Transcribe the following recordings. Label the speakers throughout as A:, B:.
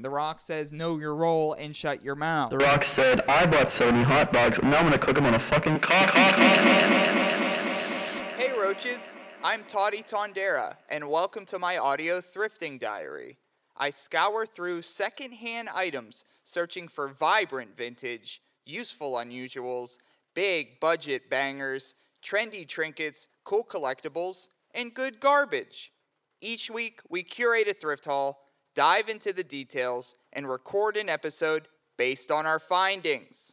A: The Rock says, "Know your role and shut your mouth."
B: The Rock said, I bought so many hot dogs, now I'm gonna cook them on a fucking coffee can.
A: Hey Roaches, I'm Toddy Tondera, and welcome to my audio thrifting diary. I scour through secondhand items, searching for vibrant vintage, useful unusuals, big budget bangers, trendy trinkets, cool collectibles, and good garbage. Each week, we curate a thrift haul, dive into the details, and record an episode based on our findings.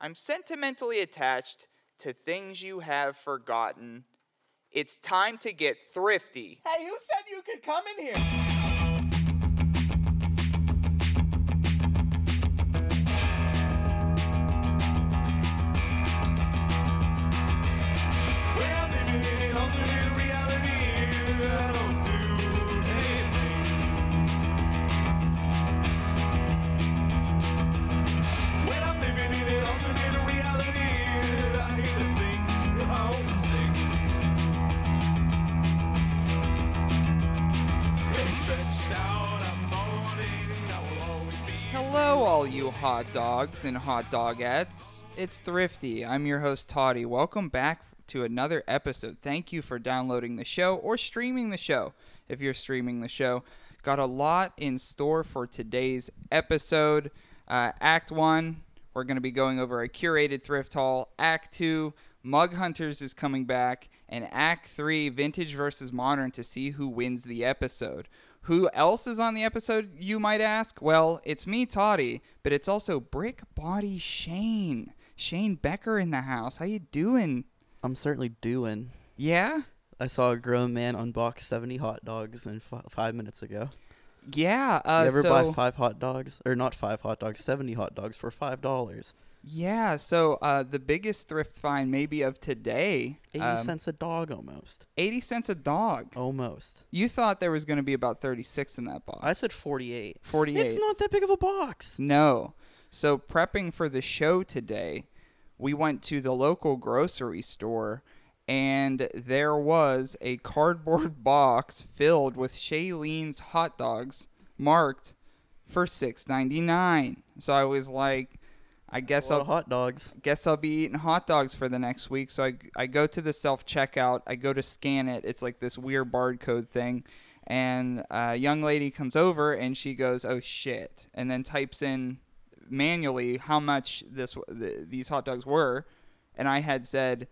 A: I'm sentimentally attached to things you have forgotten. It's time to get thrifty.
C: Hey, who said you could come in here?
D: Well, living in an alternate reality, I don't do anything. When I'm living in an alternate reality, I hate to think I won't sing. Stretched out, I'm moaning, I will always be.
A: Hello, all you hot dogs and hot dogettes. It's Thrifty. I'm your host, Toddy. Welcome back to another episode. Thank you for downloading the show or streaming the show if you're streaming the show. Got a lot in store for today's episode. Uh, act one, we're going to be going over a curated thrift haul. Act two, Mug Hunters is coming back. And Act three, Vintage versus Modern to see who wins the episode. Who else is on the episode, you might ask? Well, it's me, Toddy, but it's also Brick Body Shane. Shane Becker in the house. How you doing?
B: I'm certainly doing.
A: Yeah?
B: I saw a grown man unbox 70 hot dogs in f- five minutes ago.
A: Yeah. Uh,
B: you ever
A: so,
B: buy five hot dogs? Or not five hot dogs, 70 hot dogs for $5.
A: Yeah, so uh, the biggest thrift find maybe of today,
B: 80
A: um,
B: cents a dog almost.
A: 80 cents a dog.
B: Oh. Almost.
A: You thought there was going to be about 36 in that box.
B: I said 48.
A: 48.
B: It's not that big of a box.
A: No. So prepping for the show today, we went to the local grocery store and there was a cardboard box filled with Shailene's hot dogs marked for 6.99. So I was like I guess
B: It's all
A: I'll
B: hot dogs.
A: guess I'll be eating hot dogs for the next week. So I, I go to the self checkout. I go to scan it. It's like this weird barcode thing. And a young lady comes over and she goes, oh shit. And then types in manually how much this th- these hot dogs were. And I had said,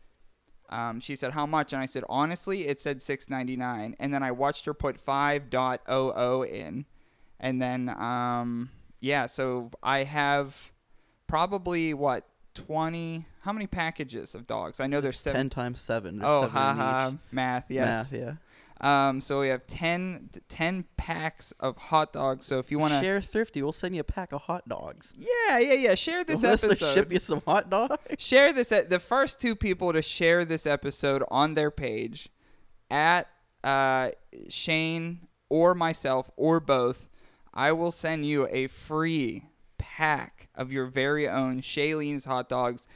A: um, she said how much, and I said honestly, it said six ninety nine, and then I watched her put five oh in, and then um, yeah, so I have probably what twenty? How many packages of dogs? I know there's seven
B: 10 times 7. There's
A: oh
B: seven in
A: haha,
B: each.
A: math, yes.
B: Math, yeah.
A: Um, so we have 10, 10 packs of hot dogs. So if you want to,
B: Share Thrifty. We'll send you a pack of hot dogs.
A: yeah, yeah, yeah, share this
B: Unless they
A: episode.
B: ship you some hot dogs.
A: share this e, the first two people to share this episode on their page at uh, shane or myself or both i will send you a free pack of your very own shailene's hot dogs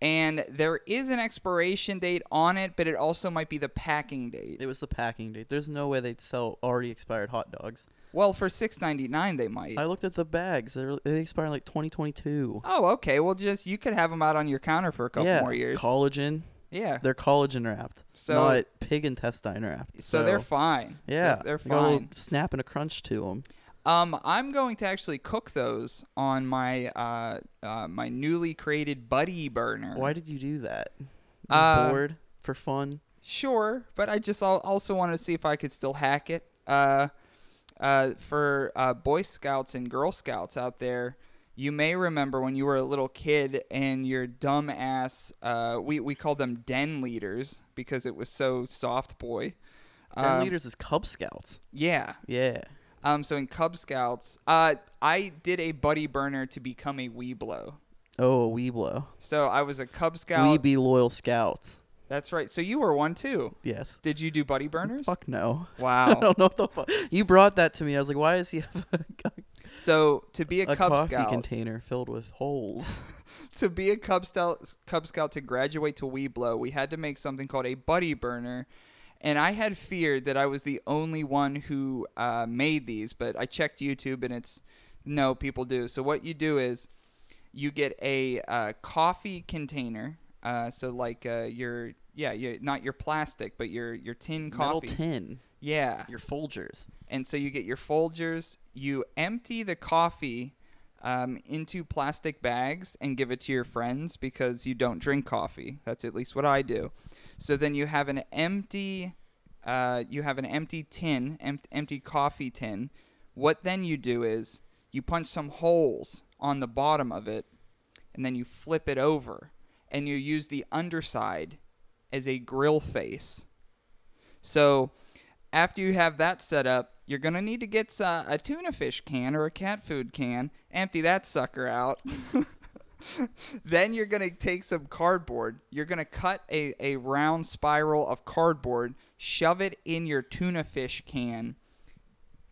A: and there is an expiration date on it but it also might be the packing date
B: It was the packing date. There's no way they'd sell already expired hot dogs.
A: well for 6.99 they might
B: I looked at the bags. They're, they expire in like 2022.
A: oh okay well just you could have them out on your counter for a couple
B: yeah,
A: more years
B: collagen.
A: yeah
B: They're collagen wrapped,
A: So-
B: not pig intestine wrapped.
A: so, they're fine So
B: Yeah,
A: they're
B: They got a little
A: fine
B: snap and a crunch to them.
A: Um, I'm going to actually cook those on my uh, uh, my newly created buddy burner.
B: Why did you do that? Just
A: Uh,
B: bored for fun.
A: Sure, but I just al- also wanted to see if I could still hack it. Uh, uh, for uh, Boy Scouts and Girl Scouts out there, you may remember when you were a little kid and your dumb ass, uh, we, we called them den leaders because it was so soft boy.
B: Ten liters is Cub Scouts.
A: Yeah.
B: Yeah.
A: Um, so in Cub Scouts, uh, I did a buddy burner to become a Weeblo.
B: Oh, a Weeblo.
A: So I was a Cub
B: We
A: Scout.
B: be loyal Scouts.
A: That's right. So you were one too.
B: Yes.
A: Did you do buddy burners?
B: Fuck no. I
A: Wow.
B: don't know what the fuck. You brought that to me. I was like, why does he have a,
A: So to be a,
B: a
A: Cub
B: coffee
A: Scout,
B: container filled with holes?
A: to be a Cub Scout, Cub Scout to graduate to Weeblo, we had to make something called a buddy burner. And I had feared that I was the only one who uh, made these, but I checked YouTube and it's No, people do. So what you do is you get a uh, coffee container. Uh, so like uh, your yeah, your, not your plastic, but your your tin
E: Metal
A: coffee.
E: tin.
A: Yeah.
E: Your Folgers.
A: And so you get your Folgers. You empty the coffee um, into plastic bags and give it to your friends because you don't drink coffee. That's at least what I do. So then you have an empty, uh, you have an empty tin, em- empty coffee tin. What then you do is you punch some holes on the bottom of it, and then you flip it over, and you use the underside as a grill face. So after you have that set up, you're going to need to get uh, a tuna fish can or a cat food can, empty that sucker out. then you're going to take some cardboard. You're going to cut a, a round spiral of cardboard, shove it in your tuna fish can.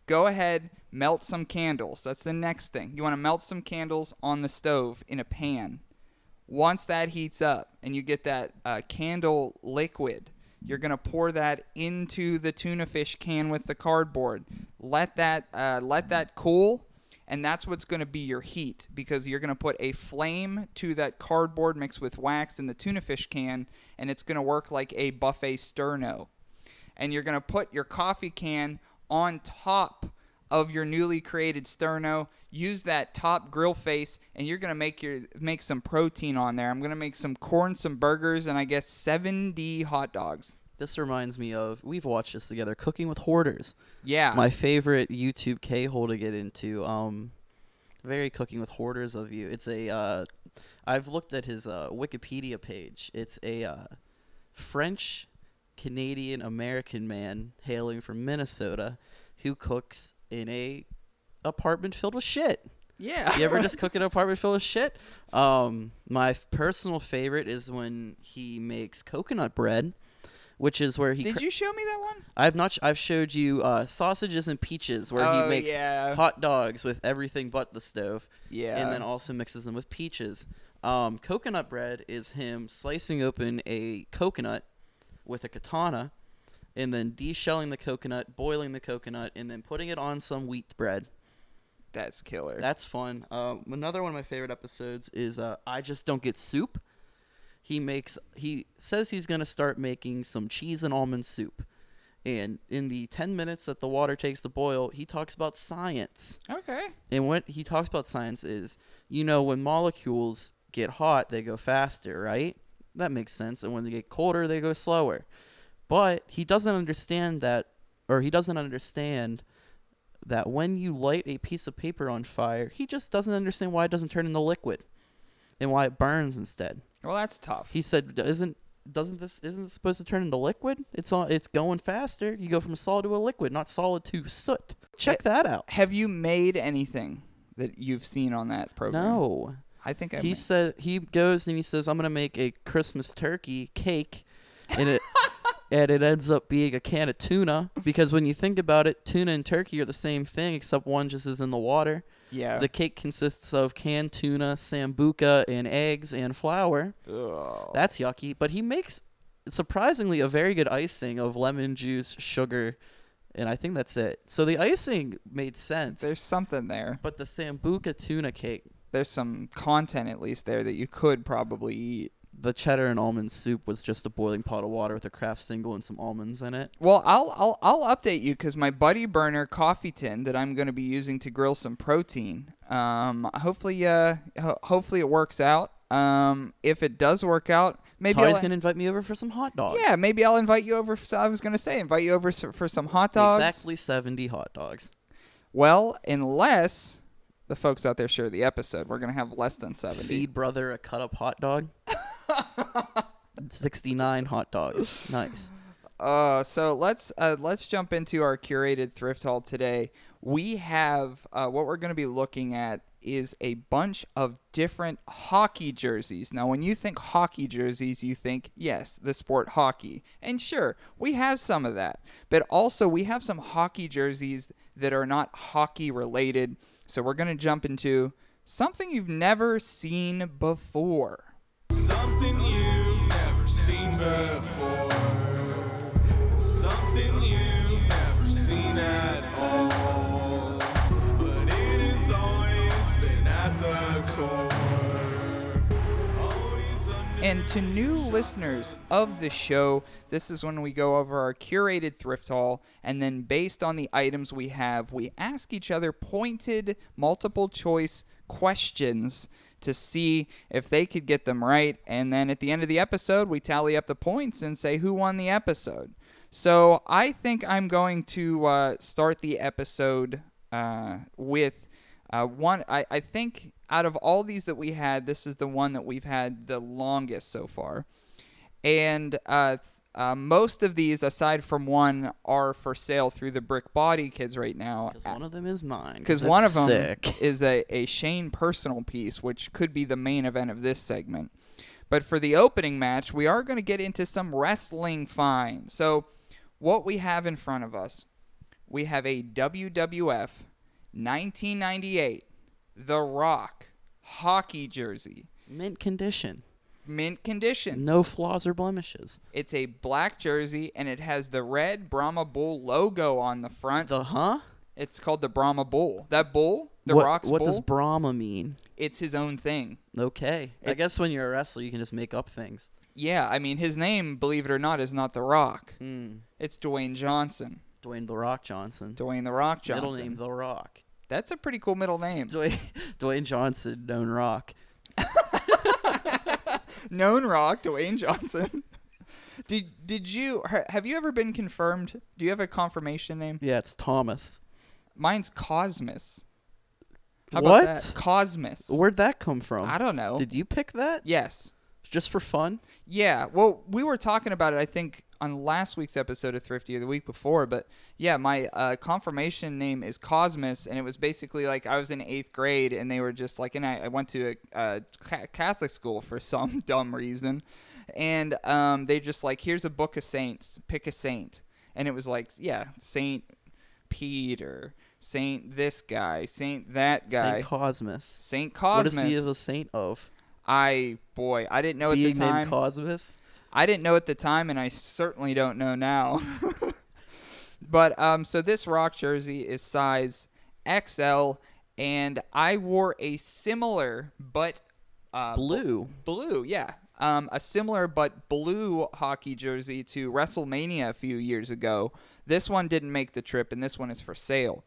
A: Go ahead, melt some candles. That's the next thing. You want to melt some candles on the stove in a pan once that heats up and you get that uh, candle liquid, you're gonna pour that into the tuna fish can with the cardboard. Let that uh, let that cool, and that's what's gonna be your heat because you're gonna put a flame to that cardboard mixed with wax in the tuna fish can, and it's gonna work like a buffet sterno. And you're gonna put your coffee can on top of your newly created sterno. Use that top grill face, and you're gonna make your make some protein on there. I'm gonna make some corn, some burgers, and I guess 70 hot dogs.
E: This reminds me of we've watched this together, Cooking with Hoarders.
A: Yeah,
E: My favorite YouTube K hole to get into. Um, very cooking with hoarders of you. It's a. Uh, I've looked at his uh, Wikipedia page. It's a uh, French Canadian American man hailing from Minnesota who cooks in a apartment filled with shit.
A: yeah.
E: You ever just cook in an apartment filled with shit? Um, my f- personal favorite is when he makes coconut bread, which is where he
A: Did
E: cra-
A: you show me that one?
E: I've not. Sh- I've showed you uh, sausages and peaches, where
A: Oh,
E: he makes
A: yeah.
E: hot dogs with everything but the stove.
A: Yeah.
E: and then also mixes them with peaches. Um, coconut bread is him slicing open a coconut with a katana, and then deshelling the coconut, boiling the coconut, and then putting it on some wheat bread.
A: That's killer.
E: That's fun. Um, another one of my favorite episodes is uh, I just don't get soup. He makes he says he's gonna start making some cheese and almond soup, and in the ten minutes that the water takes to boil, he talks about science.
A: okay.
E: And what he talks about science is, you know, when molecules get hot, they go faster, right? That makes sense. And when they get colder, they go slower. But he doesn't understand that, or he doesn't understand that when you light a piece of paper on fire, he just doesn't understand why it doesn't turn into liquid and why it burns instead.
A: Well, that's tough.
E: He said, "Isn't doesn't this isn't this supposed to turn into liquid? It's on. It's going faster. You go from solid to a liquid, not solid to soot. Check that out."
A: Have you made anything that you've seen on that program?
E: No.
A: I think I.
E: he
A: made-
E: said he goes and he says i'm gonna make a christmas turkey cake and it and it ends up being a can of tuna because when you think about it tuna and turkey are the same thing except one just is in the water
A: Yeah.
E: the cake consists of canned tuna sambuca and eggs and flour that's yucky but he makes surprisingly a very good icing of lemon juice sugar and i think that's it so the icing made sense
A: There's something there.
E: but the sambuca tuna cake
A: There's some content at least there that you could probably eat.
E: the cheddar and almond soup was just a boiling pot of water with a craft single and some almonds in it.
A: Well, I'll I'll I'll update you because my buddy burner coffee tin that I'm going to be using to grill some protein. Um, hopefully, uh, ho- hopefully it works out. Um, if it does work out, maybe
E: Tari's
A: I'll,
E: gonna invite me over for some hot dogs.
A: yeah, maybe I'll invite you over. For, I was going to say invite you over s- for some hot dogs.
E: exactly seventy hot dogs.
A: Well, unless the folks out there share the episode, we're going to have less than seventy.
E: Feed brother a cut up hot dog. Sixty nine hot dogs. Nice.
A: Uh, so let's uh, let's jump into our curated thrift haul today. We have uh, what we're going to be looking at is a bunch of different hockey jerseys. Now, when you think hockey jerseys, you think yes, the sport hockey, and sure, we have some of that. But also, we have some hockey jerseys that are not hockey related. So we're going to jump into something you've never seen before.
D: Something you've never seen before. Something you've never seen at all. But it is always
A: And to new listeners of the show, this is when we go over our curated thrift haul. And then, based on the items we have, we ask each other pointed multiple choice questions to see if they could get them right. And then at the end of the episode, we tally up the points and say who won the episode. So I think I'm going to uh, start the episode uh, with uh, one. I, I think out of all these that we had, this is the one that we've had the longest so far. And uh, th- uh, most of these, aside from one, are for sale through the Brick Body Kids right now.
E: Because one of them is mine.
A: Because
E: it's
A: one of them
E: sick.
A: is a, a Shane personal piece, which could be the main event of this segment. But for the opening match, we are going to get into some wrestling finds. So, what we have in front of us, we have a WWF 1998 The Rock hockey jersey,
E: mint condition,
A: mint condition.
E: no flaws or blemishes.
A: It's a black jersey and it has the red Brahma Bull logo on the front.
E: The huh?
A: It's called the Brahma Bull. That bull, the
E: what,
A: Rock's
E: What
A: bull,
E: does Brahma mean?
A: it's his own thing.
E: Okay, I
A: It's-
E: guess when you're a wrestler, you can just make up things.
A: Yeah, I mean, his name, believe it or not, is not The Rock.
E: Hmm.
A: It's Dwayne Johnson.
E: Dwayne the Rock Johnson.
A: Dwayne The Rock Johnson.
E: Middle name The Rock.
A: That's a pretty cool middle name.
E: Dwayne, Dwayne Johnson, known Rock.
A: Known Rock, Dwayne Johnson. did did you ha- have you ever been confirmed? Do you have a confirmation name?
E: Yeah, it's Thomas.
A: Mine's Cosmos. How
E: What?
A: about that? Cosmos.
E: Where'd that come from?
A: I don't know.
E: Did you pick that?
A: yes.
E: Just for fun?
A: Yeah. Well, we were talking about it, I think, on last week's episode of Thrifty or the week before. But yeah, my uh, confirmation name is Cosmos, and it was basically like I was in eighth grade, and they were just like, and I, I went to a, a ca- Catholic school for some dumb reason, and um, they just like, here's a book of saints, pick a saint, and it was like, yeah, Saint Peter, Saint this guy, Saint that guy,
E: Saint Cosmas.
A: Saint
E: What is he
A: Cosmos.
E: as a saint of?
A: I boy, I didn't know at
E: Being
A: the time.
E: named Cosmas?
A: I didn't know at the time, and I certainly don't know now. but um, so this rock jersey is size XL, and I wore a similar but uh,
E: Blue.
A: blue, yeah, um, a similar but blue hockey jersey to WrestleMania a few years ago. This one didn't make the trip, and this one is for sale.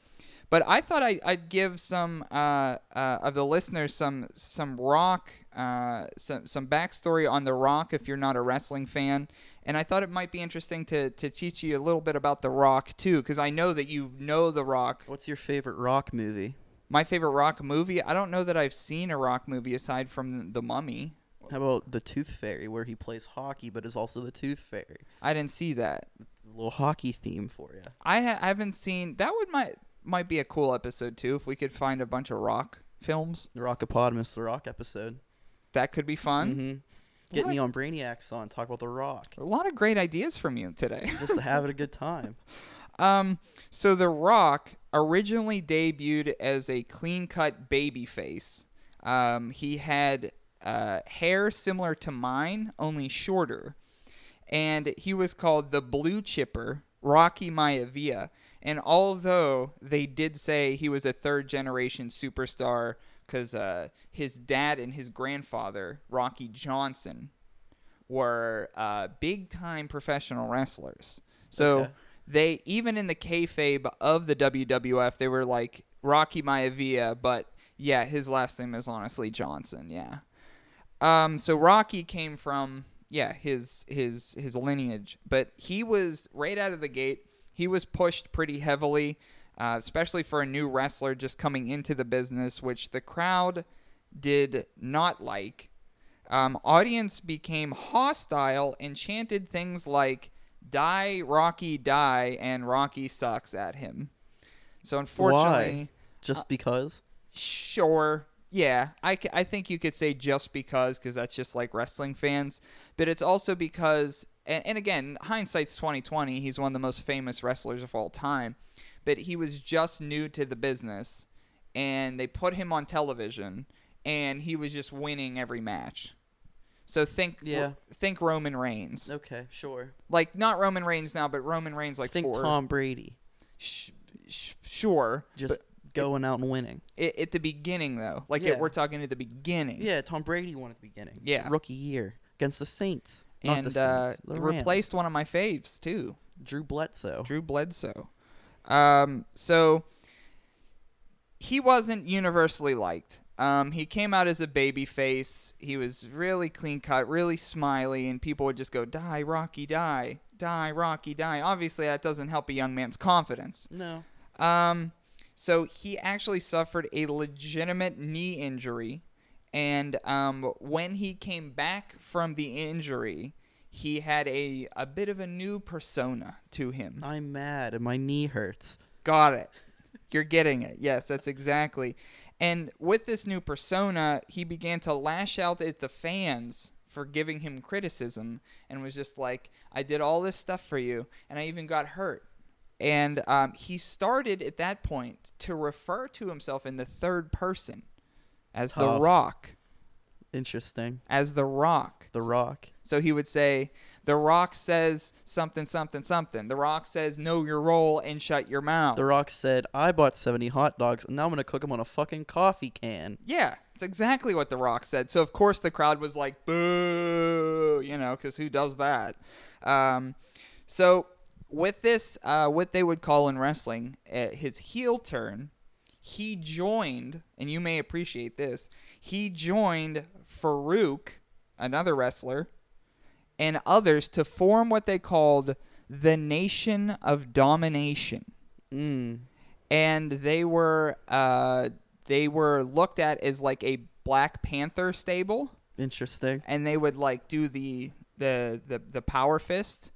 A: But I thought I, I'd give some uh, uh, of the listeners some some rock, uh, some some backstory on the Rock if you're not a wrestling fan, and I thought it might be interesting to to teach you a little bit about the Rock too, because I know that you know the Rock.
E: What's your favorite rock movie?
A: My favorite Rock movie. I don't know that I've seen a Rock movie aside from The Mummy.
E: How about The Tooth Fairy, where he plays hockey but is also the Tooth Fairy?
A: I didn't see that.
E: It's a little hockey theme for you.
A: I, ha- I haven't seen that would might might be a cool episode too if we could find a bunch of rock films
E: The Rockapotamus, the Rock episode.
A: that could be fun.
E: Get me on Brainiac's on, talk about The Rock.
A: A lot of great ideas from you today.
E: Just to have it a good time.
A: Um, so The Rock originally debuted as a clean cut baby face. Um, he had uh, hair similar to mine, only shorter. And he was called the Blue Chipper, Rocky Maivia. And although they did say he was a third generation superstar, because uh, his dad and his grandfather, Rocky Johnson, were uh, big time professional wrestlers. So
E: Okay.
A: they even in the kayfabe of the WWF, they were like Rocky Maivia, but yeah, his last name is honestly Johnson. Yeah. Um, so Rocky came from yeah his his his lineage, but he was right out of the gate. He was pushed pretty heavily, uh, especially for a new wrestler just coming into the business, which the crowd did not like. Um, audience became hostile and chanted things like "Die Rocky, die!" and "Rocky sucks" at him. So unfortunately,
E: Why?
A: Uh,
E: Just because?
A: sure yeah I, c- I think you could say just because because that's just like wrestling fans but it's also because and, and again hindsight's 2020 he's one of the most famous wrestlers of all time but he was just new to the business and they put him on television and he was just winning every match so think
E: Yeah.
A: think roman reigns
E: Okay, sure.
A: like not roman reigns now but roman reigns like
E: Think
A: four
E: Tom Brady.
A: sh- sh- sure
E: Just going out and winning.
A: it, at the beginning though like
E: Yeah.
A: it, we're talking at the beginning
E: Yeah, Tom Brady won at the beginning.
A: Yeah.
E: Rookie year. against the Saints. Not
A: and
E: the
A: uh,
E: Saints, the Rams.
A: replaced one of my faves too,
E: Drew Bledsoe.
A: Drew Bledsoe. Um, so he wasn't universally liked. Um, he came out as a baby face. He was really clean cut, really smiley, and people would just go, "Die, Rocky, die, die, Rocky, die." Obviously, that doesn't help a young man's confidence.
E: no.
A: Um, so he actually suffered a legitimate knee injury, and um, when he came back from the injury, he had a a bit of a new persona to him.
E: I'm mad and my knee hurts.
A: Got it. You're getting it. Yes, that's exactly. And with this new persona, he began to lash out at the fans for giving him criticism and was just like, I did all this stuff for you, and I even got hurt. And um, he started at that point to refer to himself in the third person as The
E: Tough.
A: Rock.
E: Interesting.
A: As The Rock.
E: The Rock.
A: So he would say, The Rock says something, something, something. The Rock says, Know your role and shut your mouth.
E: The Rock said, "I bought 70 hot dogs and now I'm gonna cook them on a fucking coffee can."
A: Yeah, it's exactly what The Rock said. So of course the crowd was like, "Boo!" You know, because who does that? Um, so with this, uh, what they would call in wrestling uh, his heel turn, he joined, and you may appreciate this. He joined Farouk, another wrestler, and others to form what they called the Nation of Domination
E: Mm.
A: and they were uh, they were looked at as like a Black Panther stable,
E: Interesting.
A: and they would like do the the the, the power fist.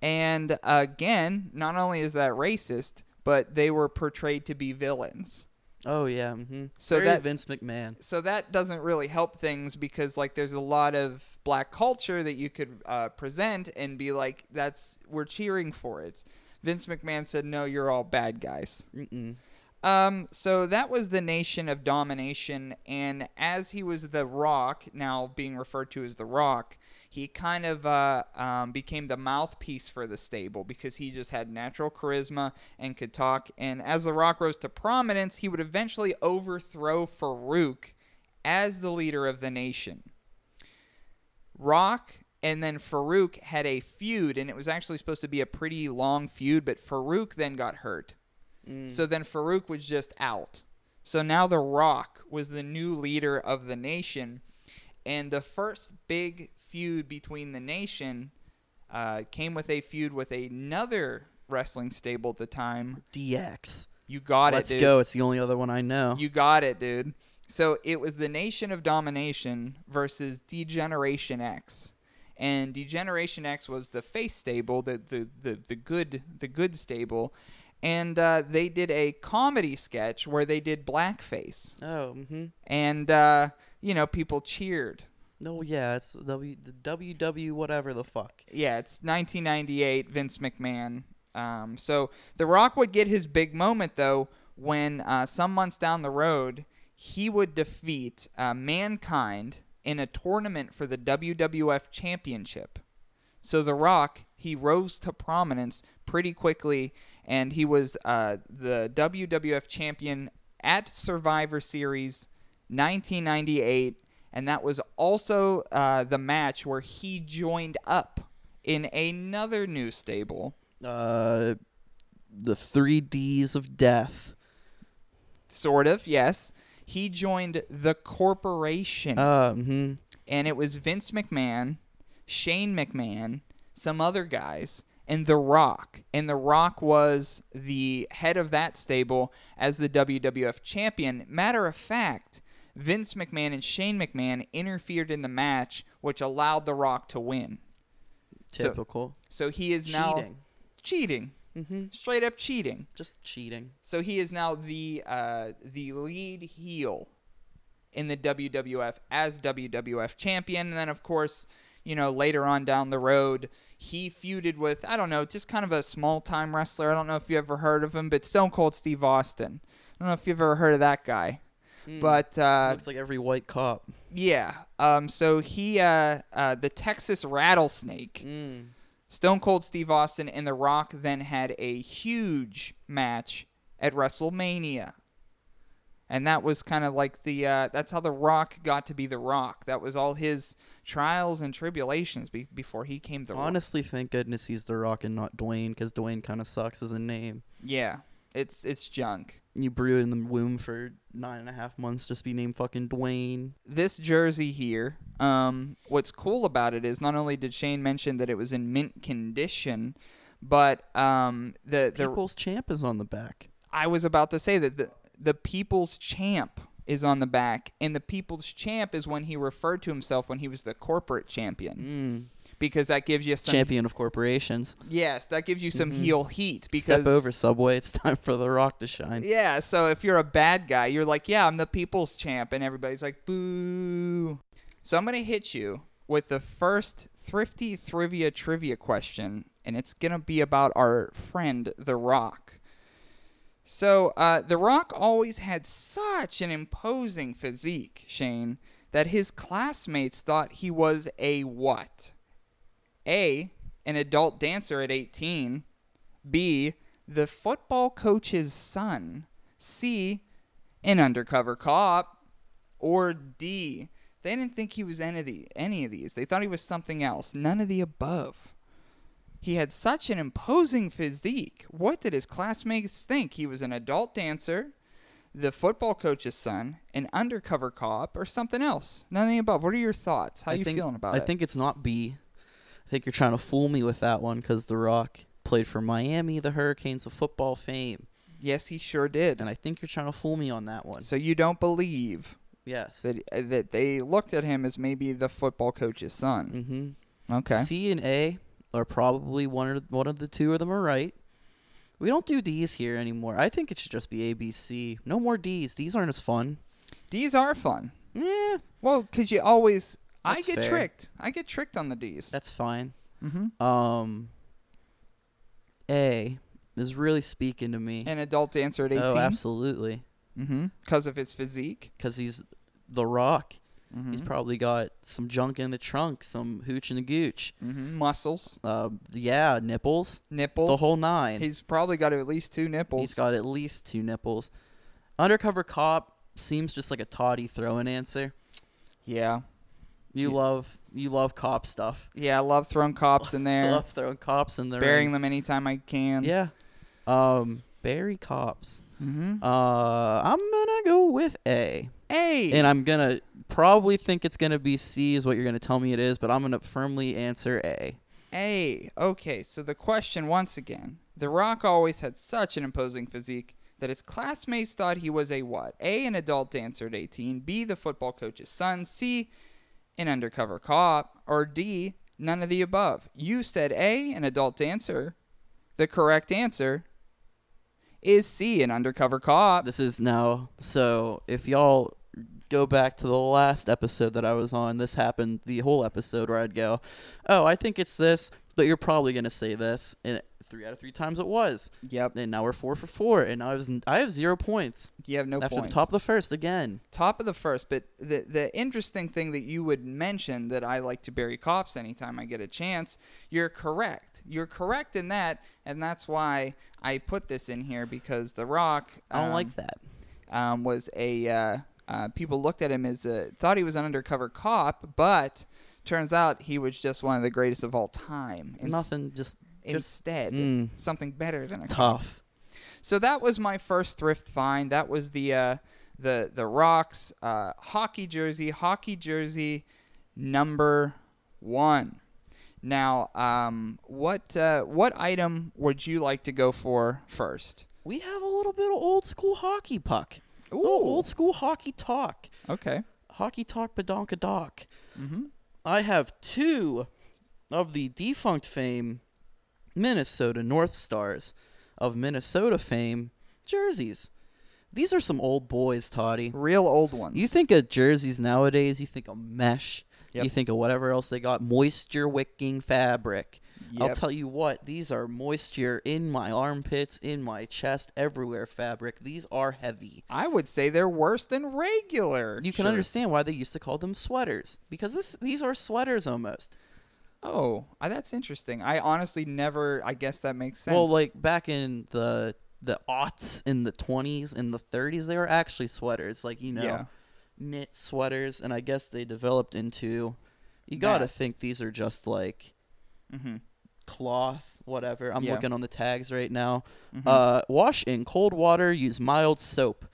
A: And again, not only is that racist, but they were portrayed to be villains.
E: Oh yeah. hmm
A: So
E: Very
A: that-
E: Vince McMahon.
A: So that doesn't really help things because like there's a lot of black culture that you could uh, present and be like, that's we're cheering for it. Vince McMahon said, no, you're all bad guys.
E: Mm-mm.
A: Um, so that was the Nation of Domination, and as he was the Rock, now being referred to as the Rock, he kind of uh, um, became the mouthpiece for the stable because he just had natural charisma and could talk. And as the Rock rose to prominence, he would eventually overthrow Farouk as the leader of the nation. Rock and then Farouk had a feud, and it was actually supposed to be a pretty long feud, but Farouk then got hurt.
E: Mm.
A: So then Farouk was just out. So now The Rock was the new leader of the nation. And the first big feud between the nation uh, came with a feud with another wrestling stable at the time.
E: DX.
A: You got
E: Let's
A: it, dude.
E: go. It's the only other one I know.
A: You got it, dude. So it was the Nation of Domination versus Degeneration X. And Degeneration X was the face stable, the the, the, the good the good stable. And uh, they did a comedy sketch where they did blackface.
E: oh. hmm
A: And uh, you know, people cheered.
E: No. Oh, Yeah. It's W the WW whatever the fuck.
A: Yeah, it's 1998, Vince McMahon. Um, so The Rock would get his big moment, though, when uh, some months down the road, he would defeat uh, Mankind in a tournament for the WWF Championship. So The Rock, he rose to prominence pretty quickly, and he was uh, the WWF champion at Survivor Series 1998, and that was also uh, the match where he joined up in another new stable.
E: Uh, the three Ds of death.
A: Sort of, yes. He joined the corporation.
E: Uh. hmm
A: and it was Vince McMahon, Shane McMahon, some other guys, and The Rock. And The Rock was the head of that stable as the WWF champion. Matter of fact, Vince McMahon and Shane McMahon interfered in the match, which allowed The Rock to win. So-
E: Typical.
A: So he is now
E: Cheating.
A: cheating, straight up cheating.
E: Just cheating.
A: So he is now the uh, the lead heel in the WWF as WWF champion, and then of course, you know, later on down the road, he feuded with I don't know, just kind of a small time wrestler. I don't know if you ever heard of him, but Stone Cold Steve Austin. I don't know if you've ever heard of that guy, but uh,
E: Looks like every white cop.
A: yeah. Um, so he uh, uh, the Texas Rattlesnake. Stone Cold Steve Austin and The Rock then had a huge match at WrestleMania. and that was kind of like the uh, that's how the Rock got to be the Rock. That was all his trials and tribulations be- before he came the Rock.
E: Honestly, thank goodness he's The Rock and not Dwayne, because Dwayne kind of sucks as a name.
A: Yeah, it's it's junk.
E: You brew it in the womb for nine and a half months just be named fucking Dwayne.
A: This jersey here, um, what's cool about it is not only did Shane mention that it was in mint condition, but um, the the
E: People's champ is on the back.
A: I was about to say that the, the people's champ is on the back, and the people's champ is when he referred to himself when he was the corporate champion, because that gives you some
E: Mm. Champion of corporations.
A: yes, that gives you some heel heat because
E: Step over, Subway. It's time for The Rock to shine.
A: yeah. So if you're a bad guy, you're like, yeah, I'm the people's champ, and everybody's like, boo. So I'm gonna hit you with the first thrifty trivia trivia question, and it's gonna be about our friend The Rock. So uh, The Rock always had such an imposing physique, Shane, that his classmates thought he was a what? A, an adult dancer at 18. B, the football coach's son. C, an undercover cop. Or D, they didn't think he was any of, the, any of these. They thought he was something else. None of the above. He had such an imposing physique. What did his classmates think? He was an adult dancer, the football coach's son, an undercover cop, or something else. None of the above. What are your thoughts? How
E: I
A: you
E: think,
A: feeling about
E: I
A: it?
E: think it's not B. I think you're trying to fool me with that one because The Rock played for Miami, the Hurricanes of football fame.
A: yes, he sure did.
E: And I think you're trying to fool me on that one.
A: so you don't believe
E: yes.
A: that uh, that they looked at him as maybe the football coach's son.
E: mm-hmm.
A: Okay.
E: C and A are probably one or one of the two of them are right. We don't do D's here anymore. I think it should just be A, B, C. No more D's. These aren't as fun.
A: D's are fun.
E: Yeah,
A: Well, because you always I
E: That's
A: get
E: fair.
A: tricked. I get tricked on the D's.
E: that's fine. Mm-hmm. Um, A is really speaking to me.
A: An adult dancer at 18
E: Oh, absolutely,
A: because of his physique.
E: because he's the Rock.
A: Mm-hmm.
E: He's probably got some junk in the trunk, some hooch in the gooch.
A: hmm Muscles,
E: Uh, yeah, nipples,
A: nipples.
E: the whole nine.
A: He's probably got at least two nipples.
E: He's got at least two nipples. Undercover cop seems just like a toddy throwing answer.
A: Yeah.
E: You love you love cop stuff.
A: Yeah, I love throwing cops in
E: I
A: there,
E: love throwing cops in the
A: burying
E: ring.
A: them anytime I can.
E: Yeah. Um, bury cops. Mm-hmm. Uh, I'm gonna go with A,
A: Hey.
E: and I'm gonna probably think it's gonna be C is what you're gonna tell me it is, but I'm gonna firmly answer A.
A: Hey, okay, so the question once again. The Rock always had such an imposing physique that his classmates thought he was a what? A, an adult dancer at 18, B, the football coach's son, C, an undercover cop, or D, none of the above. You said A, an adult dancer. The correct answer is C, an undercover cop.
E: This is now. So if y'all go back to the last episode that I was on, this happened the whole episode where I'd go, "Oh, I think it's this," but you're probably gonna say this, and three out of three times it was.
A: Yep.
E: And now we're four for four, and I was I have zero points
A: You have no
E: after
A: points.
E: the top of the first again.
A: top of the first, but the the interesting thing that you would mention that I like to bury cops anytime I get a chance, you're correct. You're correct in that, and that's why I put this in here because The Rock
E: I don't
A: um,
E: like that.
A: um, was a uh, uh, people looked at him as a thought he was an undercover cop, but turns out he was just one of the greatest of all time. Ins-
E: Nothing. Just just
A: Instead,
E: mm.
A: something better than a cop.
E: tough.
A: So that was my first thrift find. That was the uh, the the Rocks uh, hockey jersey, hockey jersey number one. Now, um, what uh, what item would you like to go for first?
E: We have a little bit of old school hockey puck. A little old school hockey talk.
A: Okay.
E: Hockey Talk Badonka Doc. Mm-hmm. I have two of the defunct fame Minnesota North Stars of Minnesota fame jerseys. These are some old boys, Toddy.
A: Real old ones.
E: You think of jerseys nowadays, you think of mesh,
A: Yep.
E: you think of whatever else they got, moisture wicking fabric. I'll
A: Yep.
E: tell you what, these are moisture in my armpits, in my chest, everywhere fabric. These are heavy.
A: I would say they're worse than regular.
E: You can
A: shirts.
E: understand why they used to call them sweaters because this these are sweaters almost.
A: Oh, uh, that's interesting. I honestly never. I guess that makes sense.
E: Well, like back in the the aughts in the 20s and the 30s they were actually sweaters like you know
A: Yeah.
E: knit sweaters and i guess they developed into you gotta
A: That.
E: think these are just like cloth whatever i'm
A: Mm-hmm. Yeah. Mm-hmm.
E: looking on the tags right now uh, wash in cold water use mild soap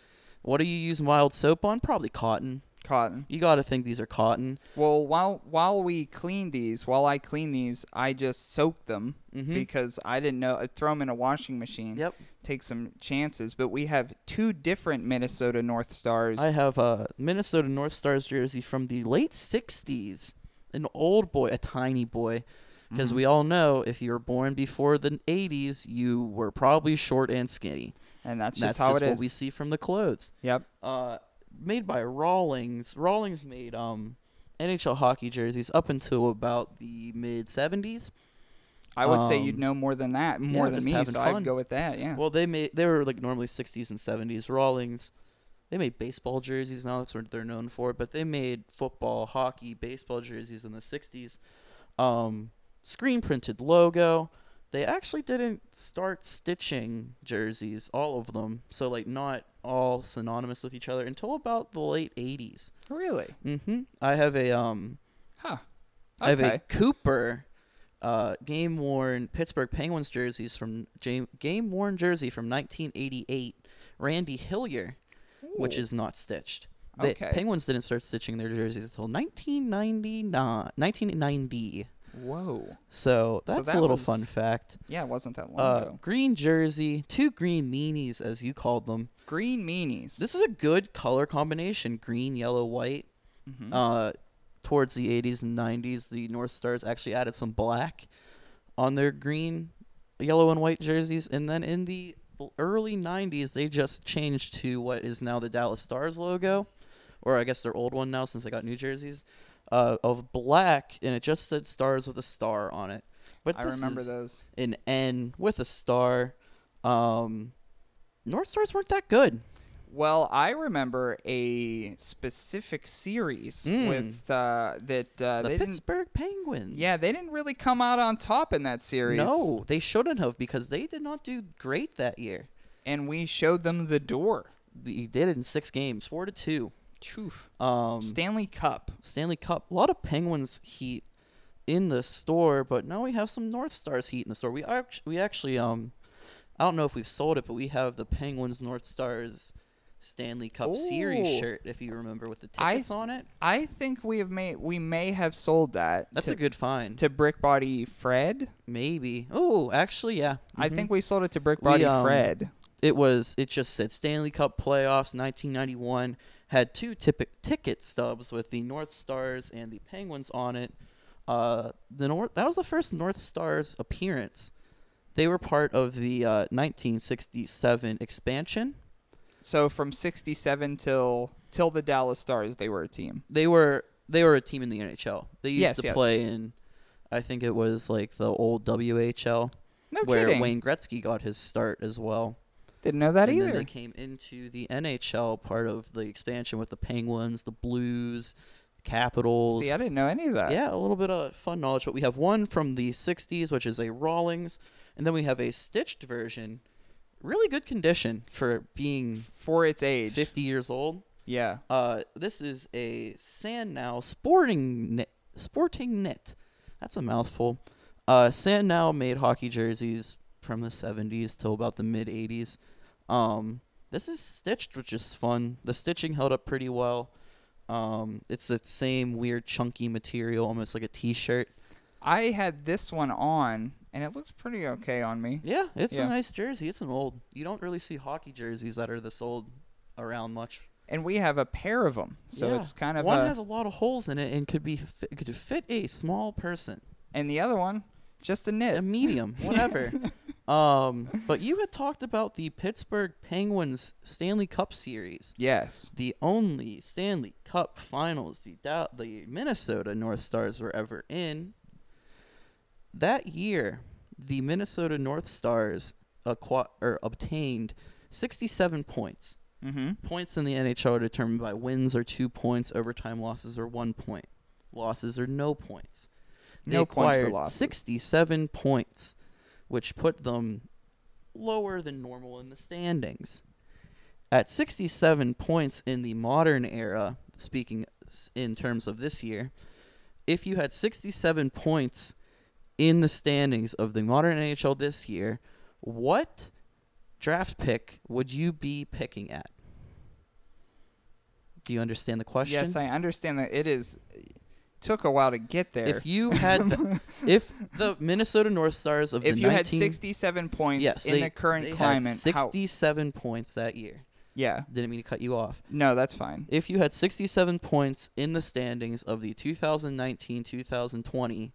E: what do you use mild soap on probably cotton
A: Cotton.
E: you gotta think these are cotton
A: Well, while while we clean these, while I clean these, I just soak them because I didn't know. I'd throw them in a washing machine.
E: Mm-hmm. Yep.
A: Take some chances, but we have two different Minnesota North Stars.
E: I have a Minnesota North Stars jersey from the late 60s. An old boy, a tiny boy. Because
A: Mm-hmm.
E: we all know if you were born before the 80s, you were probably short and skinny.
A: and that's just
E: That's
A: how
E: just
A: it
E: what
A: is.
E: we see from the clothes.
A: Yep.
E: Uh, made by Rawlings. Rawlings made um, NHL hockey jerseys up until about the mid 70s.
A: I would say you'd
E: um,
A: know more than that, more than
E: just
A: me.
E: having
A: So
E: fun.
A: I'd go with that. Yeah.
E: Well, they made they were like normally 60s and 70s. Rawlings, they made baseball jerseys now. That's what they're known for. But they made football, hockey, baseball jerseys in the 60s. Um, screen printed logo. They actually didn't start stitching jerseys, all of them. So like not all synonymous with each other until about the late 80s.
A: really?
E: hmm I have a um,
A: Huh.
E: I have a
A: Okay.
E: Cooper uh, game worn Pittsburgh Penguins jerseys from game worn jersey from 1988. Randy Hillier, which is not stitched. The
A: Okay.
E: Penguins didn't start stitching their jerseys until 1999, 1990.
A: Whoa.
E: So that's
A: that
E: a little
A: was-
E: fun fact.
A: Yeah, it wasn't that long
E: Uh,
A: ago.
E: green jersey, two green meanies as you called them.
A: Green meanies.
E: This is a good color combination: green, yellow, white.
A: Mm-hmm.
E: Uh, towards the 80s and 90s, the North Stars actually added some black on their green, yellow, and white jerseys, and then in the early 90s, they just changed to what is now the Dallas Stars logo, or I guess their old one now since they got new jerseys, uh, of black, and it just said Stars with a star on it. But
A: I
E: this
A: remember
E: is
A: those.
E: An N with a star. Um, North Stars weren't that good.
A: Well, I remember a specific series with uh, that uh,
E: Mm. The
A: they didn't.
E: Pittsburgh Penguins.
A: Yeah, they didn't really come out on top in that series.
E: No, they shouldn't have because they did not do great that year.
A: and we showed them the door.
E: We did it in six games, four to two.
A: Choof.
E: Um,
A: Stanley Cup.
E: Stanley Cup. A lot of Penguins heat in the store, but now we have some North Stars heat in the store. We are we actually um, I don't know if we've sold it, but we have the Penguins North Stars Stanley Cup series
A: Ooh.
E: shirt if you remember with the
A: I
E: tickets on it.
A: I think we have made we may have sold that.
E: That's
A: to,
E: a good find.
A: to Brick Body Fred.
E: Maybe. Oh, actually, yeah.
A: I
E: Mhm.
A: think we sold it to Brick Body
E: um,
A: Fred.
E: it was it just said Stanley Cup playoffs 1991 had two tipi- ticket stubs with the North Stars and the Penguins on it. Uh, the North that was the first North Stars appearance. They were part of the uh, 1967 expansion.
A: So from '67 till till the Dallas Stars, they were a team.
E: They were they were a team in the NHL. They used
A: Yes,
E: to
A: yes.
E: play in I think it was like the old WHL
A: No
E: where
A: kidding.
E: Wayne Gretzky got his start as well.
A: Didn't know that
E: and
A: either.
E: then they came into the NHL part of the expansion with the Penguins, the Blues, Capitals.
A: See, I didn't know any of that.
E: yeah, a little bit of fun knowledge. But we have one from the '60s, which is a Rawlings, and then we have a stitched version, really good condition for being
A: For its age.
E: 50 years old.
A: Yeah.
E: Uh, this is a Sandow Sporting Knit. Sporting Knit. That's a mouthful. Uh, Sandow made hockey jerseys from the 70s till about the mid 80s. Um, this is stitched, which is fun. The stitching held up pretty well. Um, it's that same weird chunky material, almost like a t-shirt.
A: I had this one on, and it looks pretty okay on me.
E: Yeah, it's
A: Yeah.
E: a nice jersey. It's an old. You don't really see hockey jerseys that are this old around much.
A: And we have a pair of them, so
E: Yeah.
A: it's kind of
E: one
A: a,
E: has a lot of holes in it and could be fit, could fit a small person,
A: and the other one just a knit.
E: a medium, whatever. um, but you had talked about the Pittsburgh Penguins Stanley Cup series,
A: yes.
E: the only Stanley Cup Finals the Dow- the Minnesota North Stars were ever in. That year, the Minnesota North Stars acqui- or obtained 67 points. Mm-hmm. Points in the NHL are determined by wins or two points, overtime losses are one point, losses are no points. They
A: No points for
E: acquired
A: losses.
E: 67 points, which put them lower than normal in the standings. At 67 points in the modern era, speaking s- in terms of this year, if you had 67 points in the standings of the modern NHL this year, what draft pick would you be picking at? Do you understand the question?
A: Yes, I understand that it is. Took a while to get there.
E: If you had, the, if the Minnesota North Stars of
A: If
E: the
A: you had
E: 19
A: 67 points
E: yes,
A: in
E: they-
A: the current
E: they had
A: climate, how,
E: 67 points that year.
A: yeah,
E: Didn't mean to cut you off.
A: no, that's fine.
E: If you had 67 points in the standings of the 2019-2020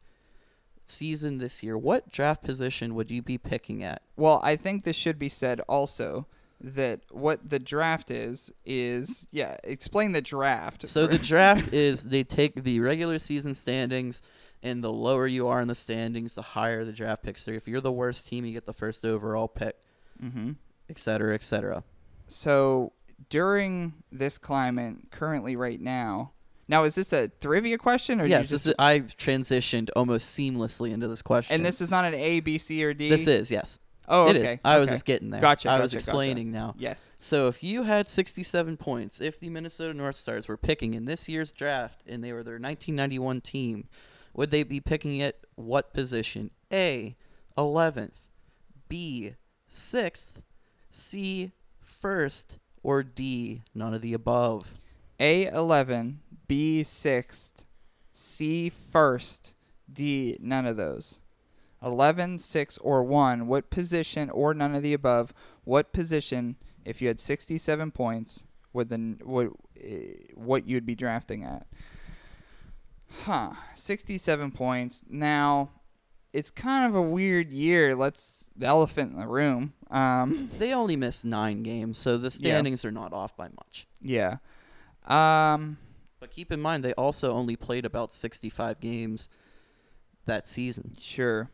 E: season this year, what draft position would you be picking at?
A: Well, I think this should be said also that what the draft is is yeah. Explain the draft.
E: So the
A: for-
E: draft is they take the regular season standings, and the lower you are in the standings, the higher the draft picks. So if you're the worst team, you get the first overall pick, mm-hmm. et cetera, et cetera.
A: so during this climate currently right now. Now is this a trivia question or
E: Yes,
A: you just,
E: this is, I transitioned almost seamlessly into this question.
A: and this is not an A, B, C, or D.
E: this is yes.
A: Oh,
E: It is.
A: okay,
E: I was
A: okay.
E: just getting there.
A: Gotcha,
E: I was
A: gotcha, gotcha.
E: explaining now.
A: Yes.
E: So if you had 67 points, if the Minnesota North Stars were picking in this year's draft and they were their 1991 team, would they be picking at what position? A, 11th, B, 6th, C, 1st, or D, none of the above?
A: A eleven, B sixth, C first, D none of those. 11, 6, or 1, what position or none of the above, what position, if you had 67 points, would then what, what you'd be drafting at? Huh, 67 points. Now, it's kind of a weird year. Let's, the elephant in the room. Um,
E: They only missed nine games, so the standings are not off by much.
A: yeah. Um,
E: But keep in mind, they also only played about 65 games that season.
A: Sure.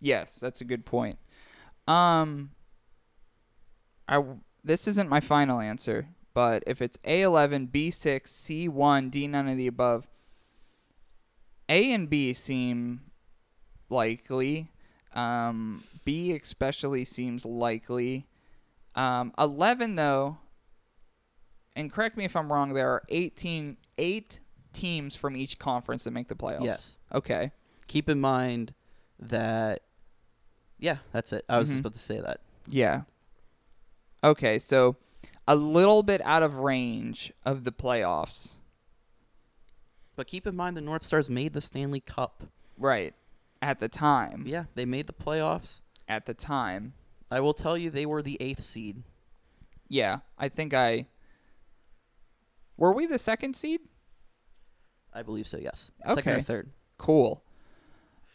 A: Yes, that's a good point. Um I w- this isn't my final answer, but if it's A11, B6, C1, D none of the above, A and B seem likely. Um B especially seems likely. Um 11 though, and correct me if I'm wrong, there are 18 eight teams from each conference that make the playoffs.
E: Yes.
A: Okay.
E: keep in mind that yeah that's it i was just about to say that
A: Yeah. Okay, so a little bit out of range of the playoffs.
E: but keep in mind the north stars made the stanley cup
A: Right. At the time.
E: yeah they made the playoffs
A: At the time.
E: i will tell you they were the eighth seed
A: Yeah. I think I Were we the second seed?
E: i believe so yes second or
A: Okay.
E: third
A: Cool.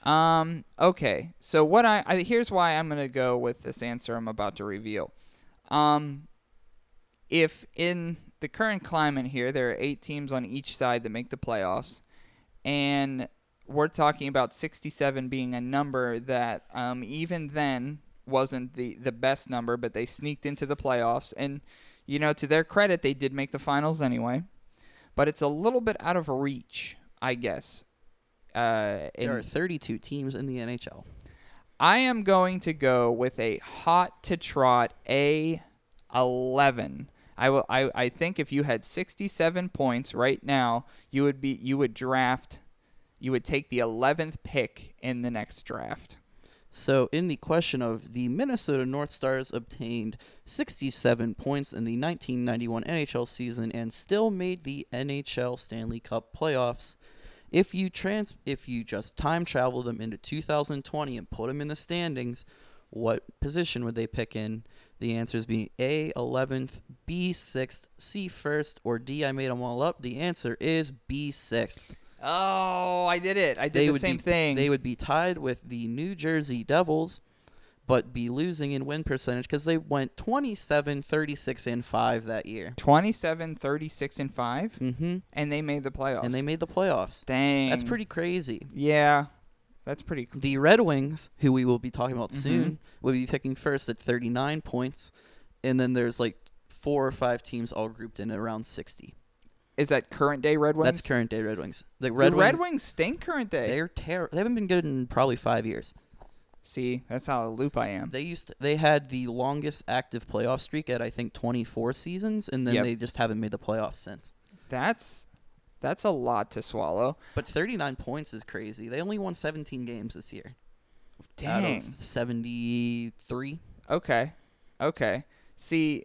A: Um, okay. So what I, I here's why I'm gonna go with this answer I'm about to reveal. Um, if in the current climate here, there are eight teams on each side that make the playoffs, and we're talking about 67 being a number that um, even then wasn't the, the best number, but they sneaked into the playoffs. And, you know, to their credit, they did make the finals anyway. But it's a little bit out of reach, I guess. Uh, in-
E: there are 32 teams in the nhl
A: I am going to go with a hot to trot A11. I will I, I think if you had 67 points right now, you would be you would draft you would take the 11th pick in the next draft.
E: so in the question of the minnesota north stars obtained 67 points in the 1991 nhl season and still made the nhl stanley cup playoffs If you trans if you just time travel them into 2020 and put them in the standings, what position would they pick in? The answers being A 11th, B 6th, C 1st, or D. I made them all up. The answer is B 6th.
A: Oh, I did it. I did the same
E: be,
A: thing.
E: They would be tied with the New Jersey Devils, but be losing in win percentage because they went 27, 36, and five that year,
A: 27, 36 and 5. Mm-hmm. And they made the playoffs.
E: and they made the playoffs.
A: Dang.
E: That's pretty crazy.
A: Yeah. That's pretty cr-
E: The Red Wings, who we will be talking
A: Mm-hmm.
E: about soon, will be picking first at 39 points. And then there's like four or five teams all grouped in around 60.
A: Is that current day Red Wings?
E: That's current day Red Wings. The
A: Red,
E: Red,
A: Red
E: Wings,
A: Wings stink current day.
E: they're ter- they haven't been good in probably five years.
A: See, that's how a loop I am.
E: They used to, they had the longest active playoff streak at I think 24 seasons, and then
A: Yep.
E: they just haven't made the playoffs since.
A: That's that's a lot to swallow.
E: But 39 points is crazy. They only won 17 games this year out
A: Dang.
E: of 73.
A: Okay. Okay. See,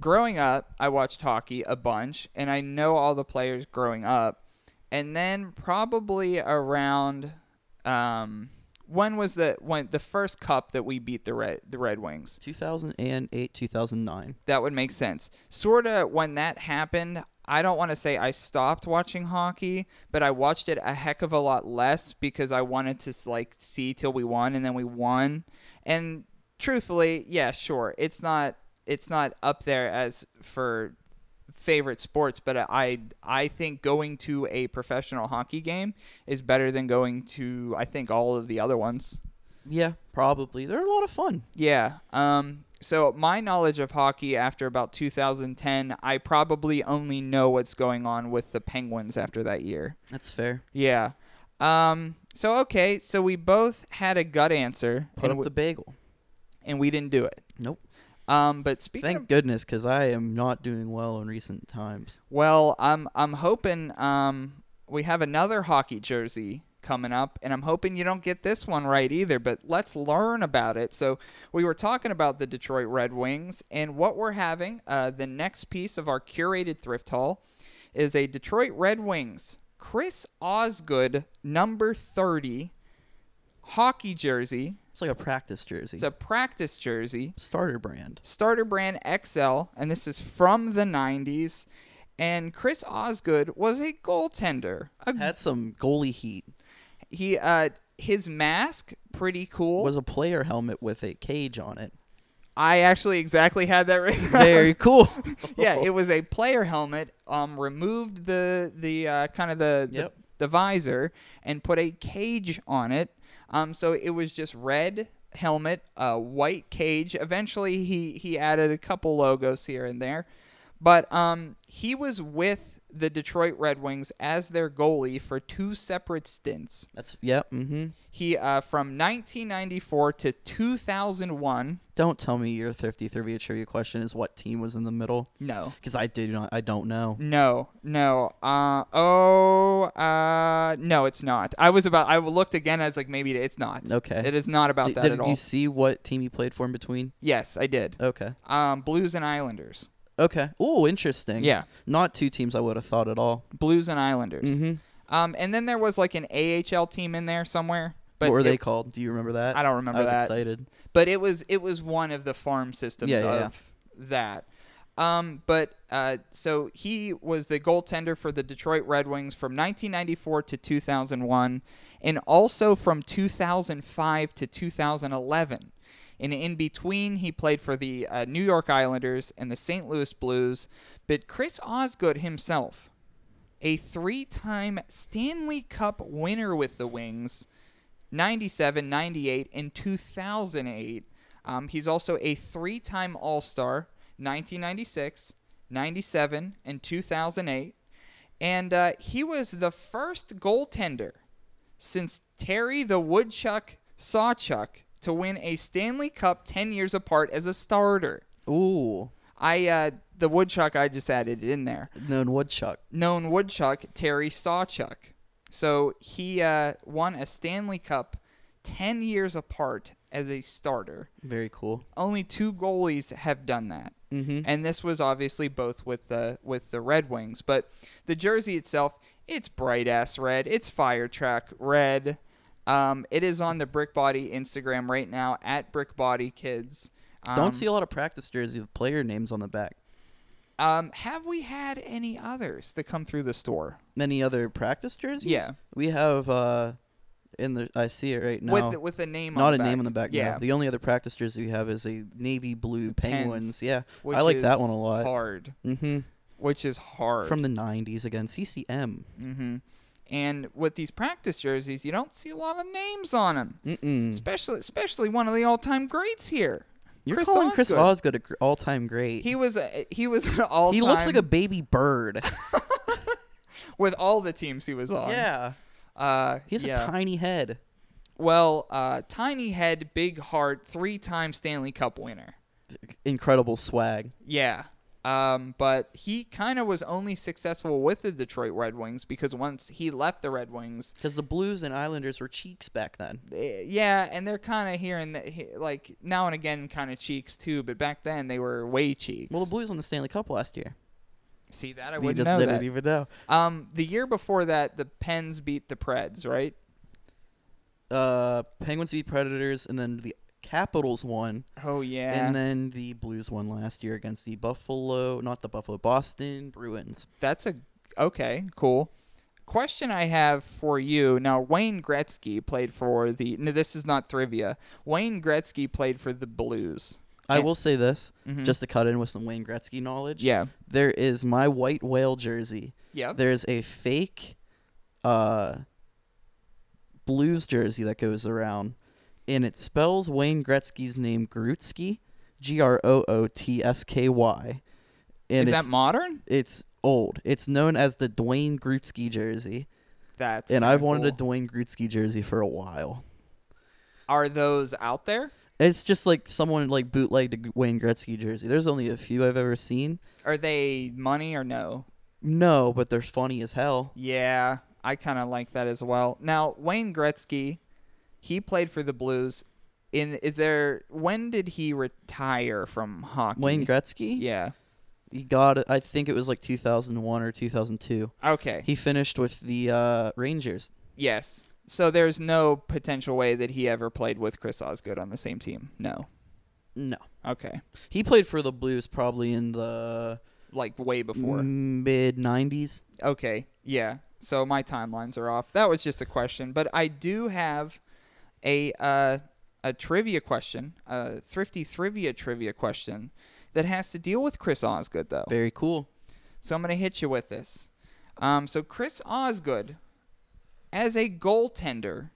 A: growing up, I watched hockey a bunch, and I know all the players growing up. And then probably around, um, when was the when the first cup that we beat the red the Red Wings?
E: 2008, 2009.
A: that would make sense. Sort of when that happened, I don't want to say I stopped watching hockey, but I watched it a heck of a lot less because I wanted to s- like see till we won and then we won. And truthfully, yeah, sure. It's not it's not up there as for favorite sports, but I I think going to a professional hockey game is better than going to I think all of the other ones.
E: Yeah, probably. They're a lot of fun.
A: Yeah. Um, so my knowledge of hockey after about 2010, I probably only know what's going on with the Penguins after that year.
E: That's fair.
A: Yeah. Um, so okay, so we both had a gut answer,
E: Put
A: and,
E: up
A: we,
E: the bagel.
A: and we didn't do it.
E: Nope.
A: Um, but speaking
E: Thank
A: of,
E: goodness, because I am not doing well in recent times.
A: well, I'm I'm hoping um we have another hockey jersey coming up, and I'm hoping you don't get this one right either. But let's learn about it. So we were talking about the Detroit Red Wings, and what we're having uh, the next piece of our curated thrift haul is a Detroit Red Wings Chris Osgood number thirty hockey jersey.
E: It's like a practice jersey.
A: It's a practice jersey
E: starter brand.
A: starter brand XL, and this is from the 90s. And Chris Osgood was a goaltender. A-
E: Had some goalie heat.
A: he uh, his mask pretty cool.
E: Was a player helmet with a cage on it.
A: I actually exactly had that right. now.
E: Very cool.
A: yeah, it was a player helmet. Um, removed the the uh, kind of the, the
E: Yep.
A: the visor and put a cage on it. Um, so it was just red helmet, uh, white cage. Eventually, he he added a couple logos here and there, but um, he was with the Detroit Red Wings as their goalie for two separate stints.
E: That's yeah. Mm-hmm.
A: He uh, from 1994 to 2001.
E: Don't tell me your thrifty trivia trivia question is what team was in the middle.
A: No.
E: Because I did not. I don't know.
A: No, no. Uh oh. Uh no, it's not. I was about. I looked again. I was like, maybe it's not.
E: Okay.
A: It is not about
E: Did,
A: that
E: did
A: at
E: you
A: all.
E: see what team you played for in between?
A: yes, I did.
E: Okay.
A: Um, Blues and Islanders.
E: Okay. Oh, interesting.
A: Yeah.
E: Not two teams I would have thought at all.
A: Blues and Islanders.
E: Mm-hmm.
A: Um, and then there was like an AHL team in there somewhere. But
E: what were
A: it,
E: they called? Do you remember that?
A: I don't remember
E: I was
A: that.
E: excited.
A: But it was it was one of the farm systems
E: Yeah, yeah, yeah.
A: of that. Um, but uh, so he was the goaltender for the Detroit Red Wings from 1994 to 2001, and also from 2005 to 2011. And in between, he played for the uh, New York Islanders and the St. Louis Blues. But Chris Osgood himself, a three time Stanley Cup winner with the Wings, 97, 98, and 2008. Um, he's also a three time All Star, 1996, 97, and 2008. And uh, he was the first goaltender since Terry the Woodchuck Sawchuck to win a Stanley Cup 10 years apart as a starter.
E: Ooh.
A: I uh, the woodchuck I just added in there
E: Known Woodchuck.
A: known woodchuck Terry Sawchuck. So he uh, won a Stanley Cup 10 years apart as a starter.
E: Very cool.
A: Only two goalies have done that. Mm-hmm. And this was obviously both with the with the Red Wings, but the jersey itself, it's bright ass red. It's fire track red. Um, it is on the Brick Body Instagram right now at Brick Body Kids. Um,
E: don't see a lot of practice jerseys with player names on the back.
A: Um, have we had any others that come through the store?
E: Many other practice jerseys.
A: Yeah.
E: We have uh, in the I see it right now.
A: with with a name on
E: not a
A: the back.
E: name on the back. Yeah.
A: Yeah,
E: The only other practice jersey we have is a navy blue penguins.
A: Pens,
E: Yeah.
A: which
E: I like that
A: is
E: one a lot.
A: Hard,
E: Mm-hmm.
A: which is hard.
E: From the '90s again. CCM.
A: and with these practice jerseys, you don't see a lot of names on them.
E: Mm-mm.
A: Especially, especially one of the all-time greats here.
E: You're
A: Chris
E: calling Chris
A: Osgood.
E: Osgood an all-time great.
A: He was a, he was an all.
E: he looks like a baby bird.
A: with all the teams he was on.
E: yeah.
A: uh,
E: He has
A: yeah.
E: a tiny head.
A: Well, uh, tiny head, big heart, three-time Stanley Cup winner.
E: Incredible swag.
A: Yeah. Um, but he kind of was only successful with the Detroit Red Wings because once he left the Red Wings,
E: Because the Blues and Islanders were cheeks back then.
A: eh, yeah, and they're kind of here and th- he- like now and again kind of cheeks too, but back then they were way cheeks.
E: Well, the Blues won the Stanley Cup last year.
A: See that I
E: We
A: wouldn't
E: just
A: know
E: didn't
A: that.
E: even know.
A: Um, the year before that, the Pens beat the Preds, right?
E: Uh, Penguins beat Predators, and then the Capitals won,
A: Oh yeah.
E: and then the Blues won last year against the Buffalo, not the Buffalo, Boston Bruins.
A: That's a okay, cool. Question I have for you now: Wayne Gretzky played for the. No, this is not trivia. Wayne Gretzky played for the Blues.
E: I
A: And-
E: will say this, just to cut in with some Wayne Gretzky knowledge.
A: Eh. Mm-hmm. Yeah.
E: There is my white whale jersey.
A: Yep.
E: There's a fake uh blues jersey that goes around and it spells Wayne Gretzky's name Grootski, G R O O T S K Y.
A: Is
E: And it's,
A: that modern?
E: it's old. It's known as the Dwayne Grootski jersey.
A: That's
E: and
A: kinda
E: I've wanted
A: cool.
E: a Dwayne Grootski jersey for a while.
A: Are those out there?
E: It's just like someone like bootlegged a Wayne Gretzky jersey. There's only a few I've ever seen.
A: Are they money or no?
E: No, but they're funny as hell.
A: Yeah, I kind of like that as well. Now Wayne Gretzky, he played for the Blues. In is there? When did he retire from hockey?
E: Wayne Gretzky?
A: Yeah.
E: He got it. I think it was like 2001 or 2002.
A: Okay.
E: He finished with the uh, Rangers.
A: Yes. So there's no potential way that he ever played with Chris Osgood on the same team. No.
E: No.
A: Okay.
E: He played for the Blues probably in the
A: Like way before.
E: Mm, mid 90s.
A: Okay. Yeah. So my timelines are off. That was just a question, but I do have a uh, a trivia question, a thrifty trivia trivia question that has to deal with Chris Osgood though.
E: Very cool.
A: So I'm going to hit you with this. Um, so Chris Osgood, as a goaltender,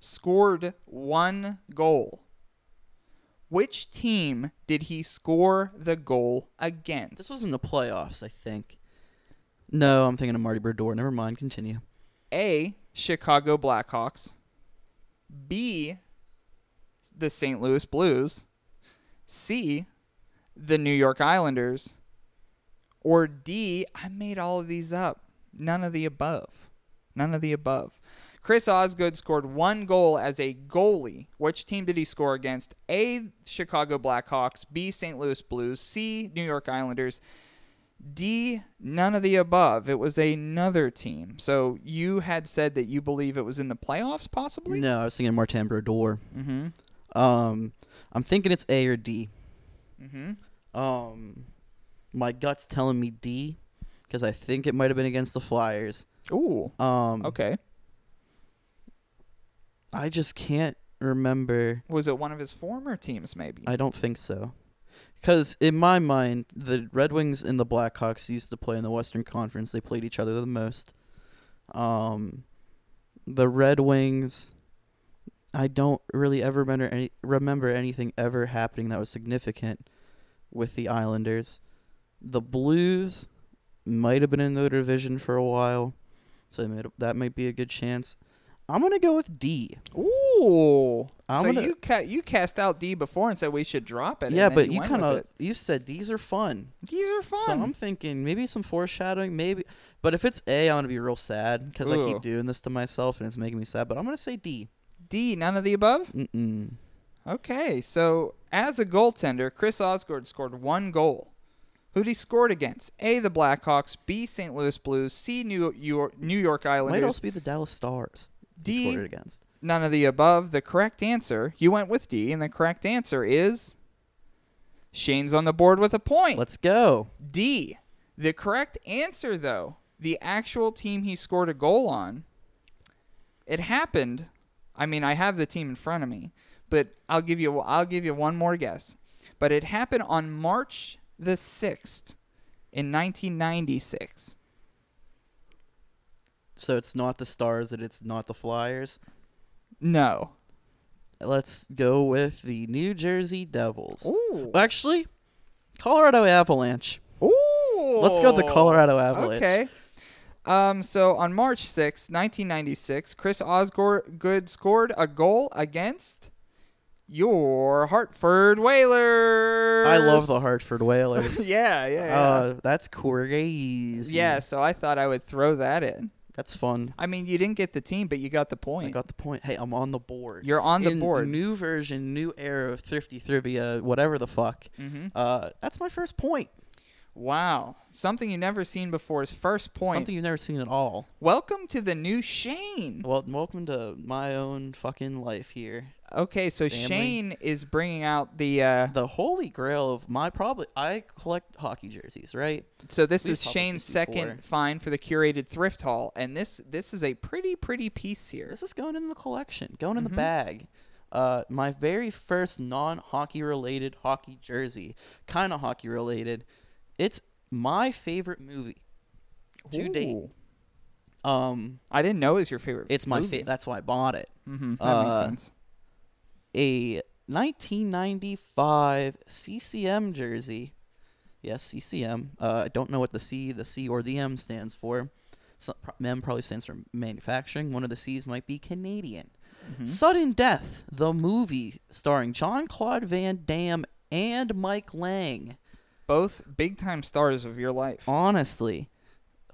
A: scored one goal. Which team did he score the goal against?
E: This was in the playoffs, I think. No, I'm thinking of Marty Berdor. Never mind. Continue.
A: A. Chicago Blackhawks. B. The St. Louis Blues. C. The New York Islanders. Or D. I made all of these up. None of the above. None of the above. Chris Osgood scored one goal as a goalie. Which team did he score against? A. Chicago Blackhawks. B. St. Louis Blues. C. New York Islanders. D, none of the above. It was another team. So you had said that you believe it was in the playoffs, possibly?
E: No, I was thinking Martin Brodeur. Mm-hmm. Um, I'm thinking it's A or D. Mm-hmm. Um, my gut's telling me D because I think it might have been against the Flyers.
A: Ooh.
E: Um,
A: Okay.
E: I just can't remember.
A: Was it one of his former teams, maybe?
E: I don't think so. Because in my mind, the Red Wings and the Blackhawks used to play in the Western Conference. They played each other the most. Um, the Red Wings, I don't really ever remember, any, remember anything ever happening that was significant with the Islanders. The Blues might have been in the division for a while, so they made, that might be a good chance. I'm gonna go with D.
A: Ooh.
E: I'm
A: so
E: gonna-
A: you ca- you cast out D before and said we should drop it. and
E: yeah,
A: then
E: but you
A: went with
E: kind of
A: it.
E: you said these are fun.
A: These are fun.
E: So I'm thinking maybe some foreshadowing, maybe. But if it's A, I'm gonna be real sad because I
A: Ooh.
E: keep doing this to myself and it's making me sad. But I'm gonna say D.
A: D, none of the above?
E: Mm-mm.
A: Okay. So as a goaltender, Chris Osgood scored one goal. Who'd he scored against? A, the Blackhawks. B, St. Louis Blues. C, New York, New York
E: Might
A: Islanders.
E: also be the Dallas Stars. he
A: D.
E: scored it against.
A: None of the above. The correct answer, you went with D, and the correct answer is Shane's on the board with a point.
E: Let's go.
A: D. The correct answer, though, the actual team he scored a goal on, it happened. I mean, I have the team in front of me, but I'll give you I'll give you one more guess. But it happened on March the sixth in 1996.
E: So it's not the Stars and it's not the Flyers.
A: No.
E: Let's go with the New Jersey Devils.
A: Ooh.
E: Actually, Colorado Avalanche.
A: Ooh.
E: Let's go with the Colorado Avalanche.
A: Oh, Okay. Um, so on March 6, 1996, Chris Osgood scored a goal against your Hartford Whalers.
E: I love the Hartford Whalers.
A: Yeah, yeah, yeah.
E: Uh, that's crazy.
A: yeah, so I thought I would throw that in.
E: That's fun.
A: I mean, you didn't get the team, but you got the point.
E: I got the point. Hey, I'm on the board.
A: You're on the
E: In
A: board.
E: New version, new era of Thrifty Thrivia, whatever the fuck.
A: Mm-hmm.
E: Uh, that's my first point.
A: wow. Something you never seen before is first point.
E: Something you've never seen at all.
A: Welcome to the new Shane.
E: Well, welcome to my own fucking life here.
A: Okay, so Shane is bringing out the. Uh,
E: The holy grail of my probably I collect hockey jerseys, right?
A: so this
E: we've
A: is
E: published
A: Shane's
E: these
A: second
E: before.
A: find for the curated thrift haul, and this this is a pretty pretty piece here.
E: This is going in the collection, going
A: Mm-hmm.
E: in the bag. Uh, my very first non-hockey related hockey jersey, kind of hockey related. It's my favorite movie to date.
A: Ooh.
E: Um,
A: I didn't know it was your favorite.
E: It's my
A: movie. Mm,
E: favorite. That's why I bought it. Mm-hmm.
A: That makes sense.
E: A 1995 CCM jersey. Yes, CCM. Uh, I don't know what the C, the C, or the M stands for. So, pro- MEM probably stands for manufacturing. One of the C's might be Canadian. Sudden Death, the movie starring John Claude Van Damme and Mike Lang.
A: Both big time stars of your life.
E: honestly,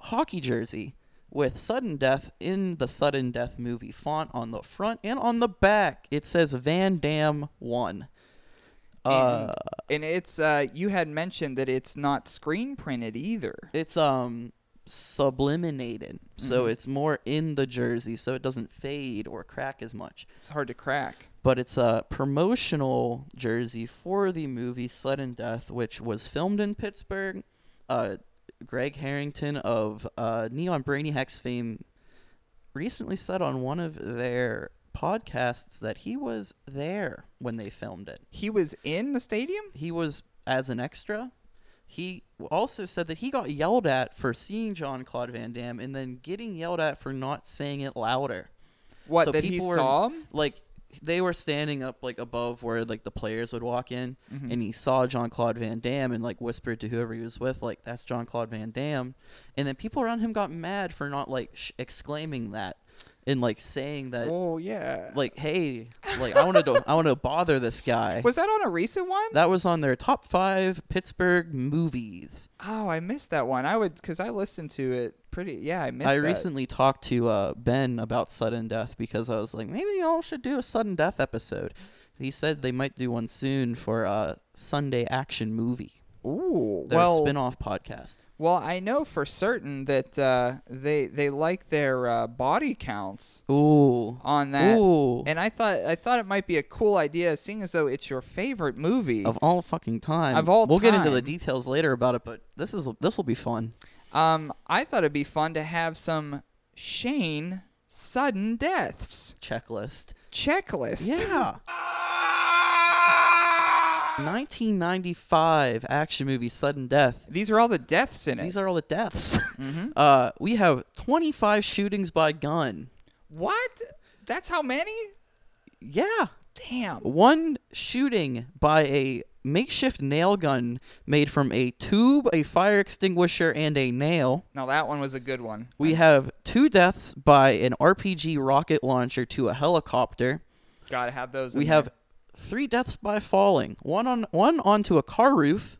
E: hockey jersey with sudden death in the sudden death movie font on the front and on the back. It says Van Dam one.
A: And, and it's uh, you had mentioned that it's not screen printed either.
E: It's um subliminated, so it's more in the jersey, so it doesn't fade or crack as much.
A: It's hard to crack.
E: But it's a promotional jersey for the movie Sudden Death, which was filmed in Pittsburgh. Uh, Greg Harrington of uh, Neon Brainy Hex fame recently said on one of their podcasts that he was there when they filmed it.
A: He was in the stadium.
E: He was as an extra. He also said that he got yelled at for seeing John Claude Van Damme and then getting yelled at for not saying it louder.
A: What
E: So
A: that he
E: people were-
A: saw him?
E: Like they were standing up like above where like the players would walk in,
A: Mm-hmm.
E: and he saw John Claude Van Damme and like whispered to whoever he was with, like that's John Claude Van Damme, and then people around him got mad for not like sh- exclaiming that and like saying that.
A: Oh yeah.
E: uh, Like hey, like I wanted to, I want to bother this guy.
A: was that on a recent one?
E: that was on their top five Pittsburgh movies.
A: oh, I missed that one. I would because I listened to it pretty. Yeah, I missed.
E: I
A: that.
E: recently talked to uh, Ben about sudden death because I was like, maybe y'all should do a sudden death episode. He said they might do one soon for a Sunday action movie,
A: Ooh.
E: their
A: Well,
E: spin-off podcast.
A: well, I know for certain that uh, they they like their uh, body counts
E: Ooh,
A: on that.
E: Ooh.
A: And I thought I thought it might be a cool idea, seeing as though it's your favorite movie.
E: of all fucking time.
A: Of all
E: we'll get into the
A: time.
E: details later about it, but this is this will be fun.
A: Um, I thought it'd be fun to have some Shane sudden deaths
E: Checklist.
A: checklist.
E: Yeah. 1995 action movie Sudden Death.
A: These are all the deaths in it.
E: These are all the deaths.
A: Mm-hmm.
E: Uh, we have 25 shootings by gun.
A: what? That's how many?
E: Yeah.
A: Damn.
E: One shooting by a makeshift nail gun made from a tube, a fire extinguisher, and a nail.
A: No, that one was a good one.
E: We have two deaths by an RPG rocket launcher to a helicopter.
A: Gotta have those. in
E: We
A: there.
E: have three deaths by falling. One on one onto a car roof,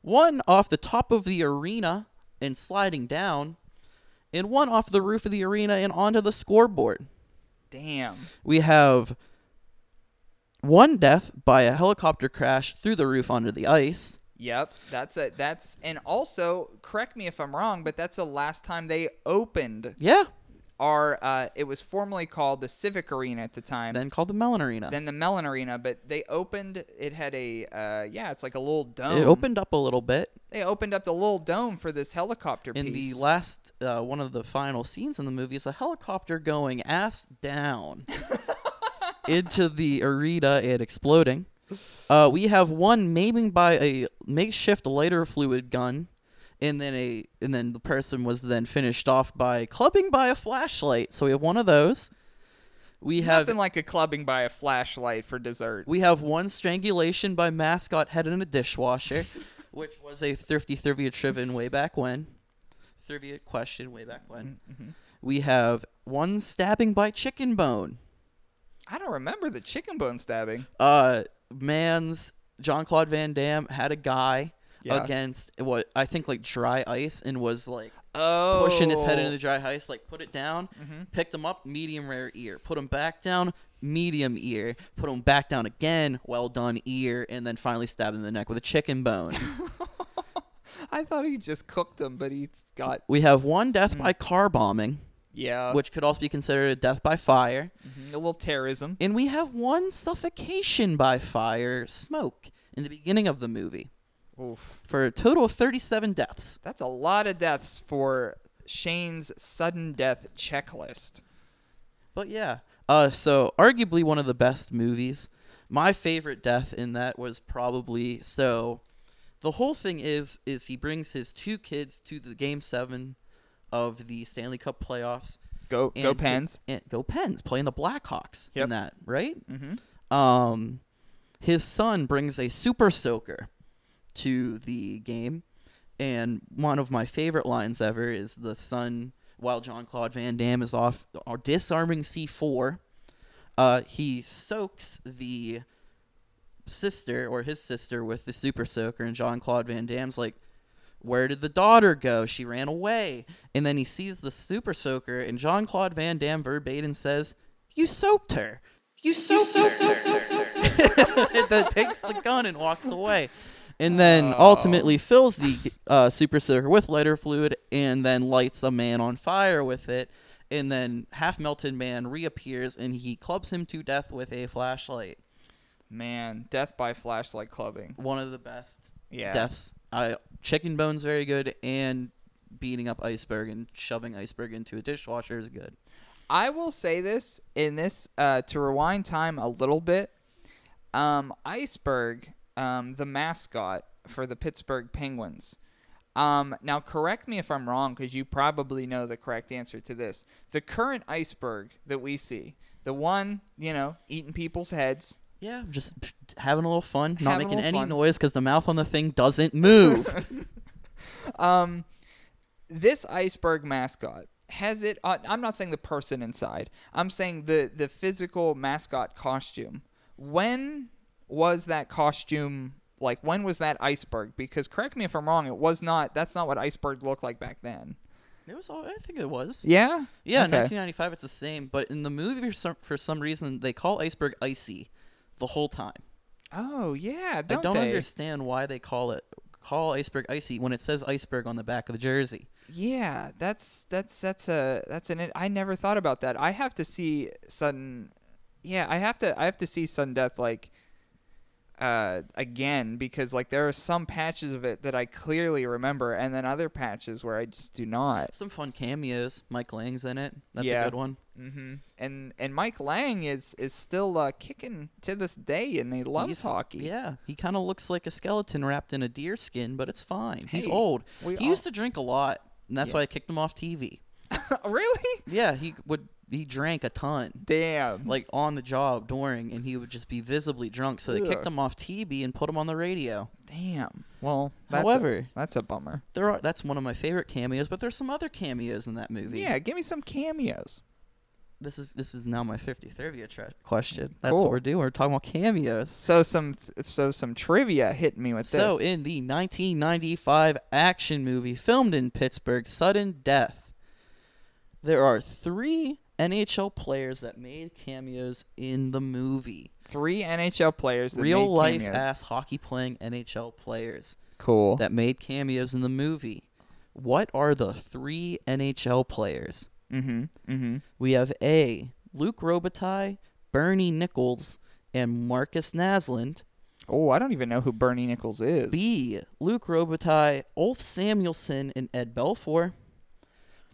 E: one off the top of the arena and sliding down, and one off the roof of the arena and onto the scoreboard.
A: Damn.
E: We have one death by a helicopter crash through the roof onto the ice.
A: Yep. That's it. That's and also correct me if I'm wrong, but that's the last time they opened
E: Yeah.
A: our. Uh, it was formerly called the Civic Arena at the time.
E: Then called the Mellon Arena.
A: then the Mellon Arena, but they opened. It had a uh, yeah, it's like a little dome.
E: it opened up a little bit
A: They opened up the little dome for this helicopter
E: in
A: piece.
E: the last uh, one of the final scenes in the movie is a helicopter going ass down into the arena and exploding. Uh, we have one maiming by a makeshift lighter fluid gun, and then a and then the person was then finished off by clubbing by a flashlight. So we have one of those. We have
A: Nothing like a clubbing by a flashlight for dessert.
E: we have one strangulation by mascot head in a dishwasher, which was a thrifty trivia triven way back when. trivia question way back when. We have one stabbing by chicken bone.
A: I don't remember the chicken bone stabbing.
E: uh man's John Claude Van Damme had a guy
A: Yeah.
E: against what I think like dry ice and was like
A: Oh,
E: pushing his head into the dry ice, like put it down, picked him up, medium rare ear, put him back down, medium ear, put him back down again, well done ear, and then finally stabbed him in the neck with a chicken bone.
A: I thought he just cooked him, but he's got
E: we have one death by car bombing,
A: yeah,
E: which could also be considered a death by fire.
A: a little terrorism.
E: And we have one suffocation by fire smoke in the beginning of the movie.
A: Oof.
E: for a total of 37 deaths.
A: That's a lot of deaths for Shane's sudden death checklist.
E: But yeah, uh, so arguably one of the best movies. My favorite death in that was probably so. The whole thing is is he brings his two kids to the game seven of the Stanley Cup playoffs.
A: Go go
E: and-
A: Pens.
E: And, go Pens playing the Blackhawks
A: Yep.
E: in that right. Mm-hmm. Um, his son brings a super soaker to the game, and one of my favorite lines ever is the son while John Claude Van Damme is off uh, disarming C four. Uh, he soaks the sister or his sister with the super soaker, and John Claude Van Damme's like, where did the daughter go? She ran away. And then he sees the super soaker, and Jean Claude Van Damme verbatim says, You soaked her. You soaked, her. that takes the gun and walks away. And then ultimately fills the uh, super soaker with lighter fluid and then lights a man on fire with it. And then half melted man reappears and he clubs him to death with a flashlight.
A: Man, death by flashlight clubbing.
E: One of the best
A: Yeah.
E: deaths. Uh, chicken bone's very good, and beating up iceberg and shoving iceberg into a dishwasher is good.
A: I will say this in this uh, to rewind time a little bit. Um, Iceberg, um, the mascot for the Pittsburgh Penguins. Um, now, correct me if I'm wrong, because you probably know the correct answer to this. The current iceberg that we see, the one you know eating people's heads,
E: Yeah, just having a little fun, not
A: Having a
E: making
A: little
E: any
A: fun.
E: noise because the mouth on the thing doesn't move.
A: this iceberg mascot has it uh, i'm not saying the person inside i'm saying the the physical mascot costume when was that costume like when was that iceberg because correct me if i'm wrong it was not that's not what iceberg looked like back then
E: it was all. I think it was.
A: yeah
E: Yeah, in
A: Okay.
E: 1995, it's the same. But in the movie, for some, for some reason, they call iceberg icy the whole time.
A: oh yeah don't
E: I don't
A: they?
E: understand why they call it call iceberg icy when it says iceberg on the back of the jersey.
A: yeah that's that's that's a that's an i never thought about that i have to see sudden yeah i have to i have to see sudden death like uh, again because like there are some patches of it that I clearly remember, and then other patches where I just do not.
E: Some fun cameos. Mike Lang's in it. That's
A: Yeah.
E: a good one.
A: hmm And and Mike Lang is is still uh, kicking to this day, and he loves
E: He's-
A: hockey.
E: Yeah, he kind of looks like a skeleton wrapped in a deer skin, but it's fine. He's
A: Hey,
E: old.
A: we
E: He
A: all-
E: used to drink a lot, and that's why I kicked him off TV.
A: really?
E: Yeah, he would. He drank a ton,
A: Damn.
E: like on the job during, and he would just be visibly drunk. So they
A: Ugh.
E: kicked him off TV and put him on the radio.
A: Damn. Well, that's a,
E: However-
A: that's a bummer.
E: There are that's one of my favorite cameos, but there's some other cameos in that movie.
A: Yeah, give me some cameos.
E: This is this is now my 50 trivia tra- question. That's
A: Cool.
E: what we're doing. We're talking about cameos.
A: So some th- so some trivia hit me with this.
E: So in the 1995 action movie filmed in Pittsburgh, Sudden Death, there are three NHL players that made cameos in the movie.
A: three NHL players that
E: Real
A: made
E: life
A: cameos. Oh.
E: ass hockey playing NHL players
A: cool.
E: that made cameos in the movie. What are the three NHL players?
A: mm-hmm. Mm-hmm.
E: We have A. Luke Robitaille, Bernie Nichols, and Marcus Naslund.
A: Oh, I don't even know who Bernie Nichols is.
E: B. Luke Robitaille, Ulf Samuelson, and Ed Belfour.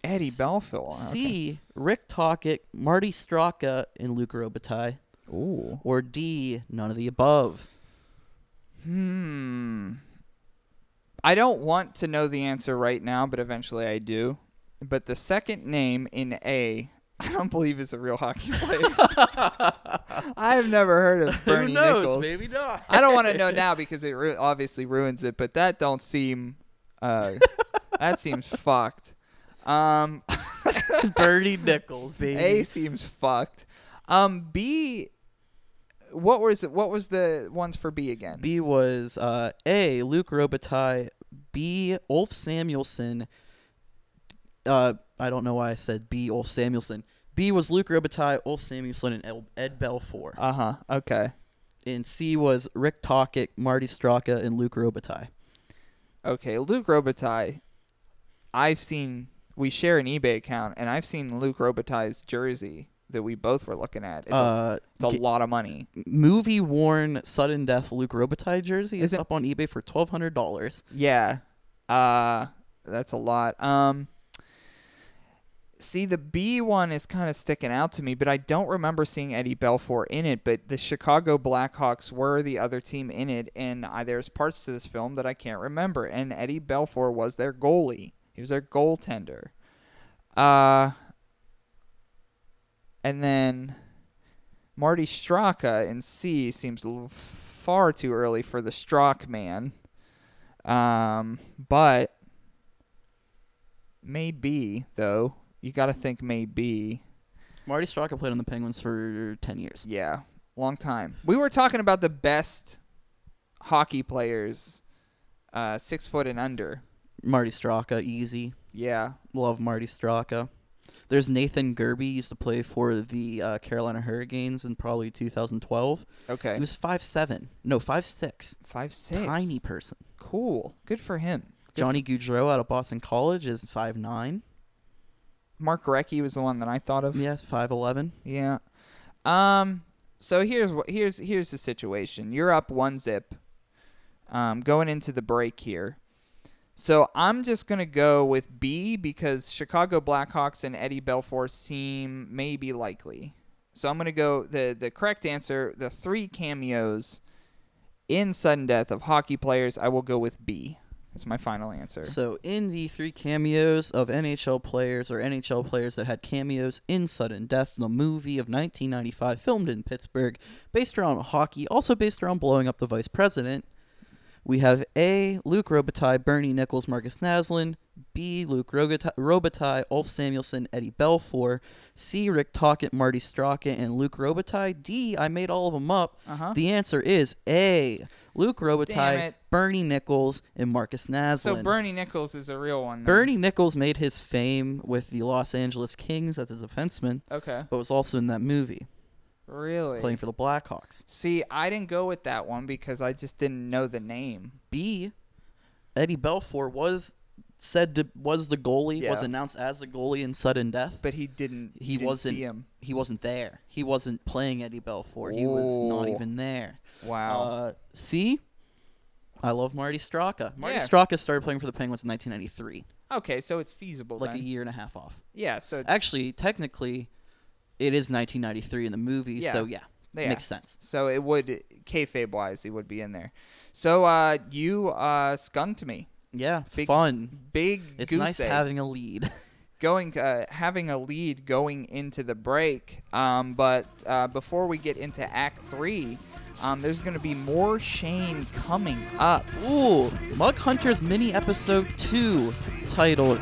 A: Eddie Belfield.
E: C. Rick Tockett, Marty Straka, and Luke Robitaille,
A: Ooh.
E: or D. None of the above.
A: Hmm. I don't want to know the answer right now, but eventually I do. But the second name in A, I don't believe is a real hockey player. I've never heard of Bernie Nichols.
E: not.
A: I don't want to know now because it ru- obviously ruins it, but that don't seem uh that seems fucked. Um,
E: Birdie Nichols, baby.
A: A seems fucked. Um, B. What was what was the ones for B again?
E: B was uh, A. Luke Robitaille. B. Ulf Samuelson. Uh, I don't know why I said B. Ulf Samuelson. B was Luke Robitaille, Ulf Samuelson, and El- Ed Belfour.
A: Uh huh. Okay.
E: and C was Rick Tockett, Marty Straka, and Luke Robitaille.
A: Okay. Luke Robitaille. I've seen we share an eBay account, and I've seen Luke Robitaille's jersey that we both were looking at. It's,
E: Uh,
A: a, it's a lot of money.
E: Movie worn sudden death Luke Robitaille jersey is
A: Is it-
E: up on eBay for twelve hundred dollars.
A: Yeah. Uh that's a lot. Um See the B one is kind of sticking out to me, but I don't remember seeing Eddie Belfour in it. But the Chicago Blackhawks were the other team in it, and I, there's parts to this film that I can't remember. And Eddie Belfour was their goalie; he was their goaltender. Uh, and then Marty Straka in C seems l- far too early for the Strock man. Um, but maybe though, you got to think maybe.
E: Marty Straka played on the Penguins for ten years.
A: Yeah, long time. We were talking about the best hockey players, uh, six foot and under.
E: Marty Straka, easy.
A: Yeah,
E: Love Marty Straka. There's Nathan Gerby used to play for the uh, Carolina Hurricanes in probably 2012.
A: Okay.
E: He was five seven, no five six,
A: five six.
E: tiny person.
A: Cool. Good for him.
E: Johnny Goudreau out of Boston College is five nine.
A: Mark Recchi was the one that I thought of.
E: Yes, five eleven.
A: Yeah. Um. So here's what here's here's the situation. You're up one zip. Um, going into the break here. So I'm just gonna go with B because Chicago Blackhawks and Eddie Belfour seem maybe likely. So I'm gonna go the the correct answer. The three cameos in sudden death of hockey players. I will go with B. That's my final answer.
E: So, in the three cameos of NHL players or NHL players that had cameos in Sudden Death, the movie of 1995, filmed in Pittsburgh, based around hockey, also based around blowing up the vice president, we have A. Luke Robitaille, Bernie Nichols, Marcus Naslin. B. Luke Rogata- Robitaille, Ulf Samuelson, Eddie Belfour. C. Rick Tockett, Marty Straka, and Luke Robitaille. D. I made all of them up. The answer is A. Luke Robitaille,
A: Uh-huh. it.
E: Bernie Nichols, and Marcus Naslin.
A: So Bernie Nichols is a real one. then.
E: Bernie Nichols made his fame with the Los Angeles Kings as a defenseman,
A: Okay.
E: but was also in that movie
A: Really.
E: playing for the Blackhawks.
A: See, I didn't go with that one because I just didn't know the name.
E: B, Eddie Belfour was said to was the goalie was
A: Yeah.
E: announced as the goalie in sudden death,
A: But he didn't.
E: he
A: you didn't
E: wasn't
A: see him.
E: he wasn't there. He wasn't playing Eddie Belfour. He was not
A: Ooh.
E: even there.
A: Wow.
E: Uh, C, I love Marty Straka. Marty
A: Yeah.
E: Straka started playing for the Penguins in 1993,
A: okay, so it's feasible.
E: like a
A: then.
E: year and a half off.
A: Yeah. So it's,
E: Actually, technically, it is 1993 in the movie,
A: Yeah.
E: so yeah,
A: Yeah.
E: makes sense.
A: So it would kayfabe wise, it would be in there. So uh, you uh, skunked me.
E: Yeah,
A: Big-
E: fun.
A: Big
E: It's
A: goose
E: nice
A: egg.
E: having a lead.
A: going uh, having a lead going into the break. Um, but uh, before we get into Act Three, um, there's going to be more Shane coming up.
E: Ooh, Mug Hunters mini episode two, titled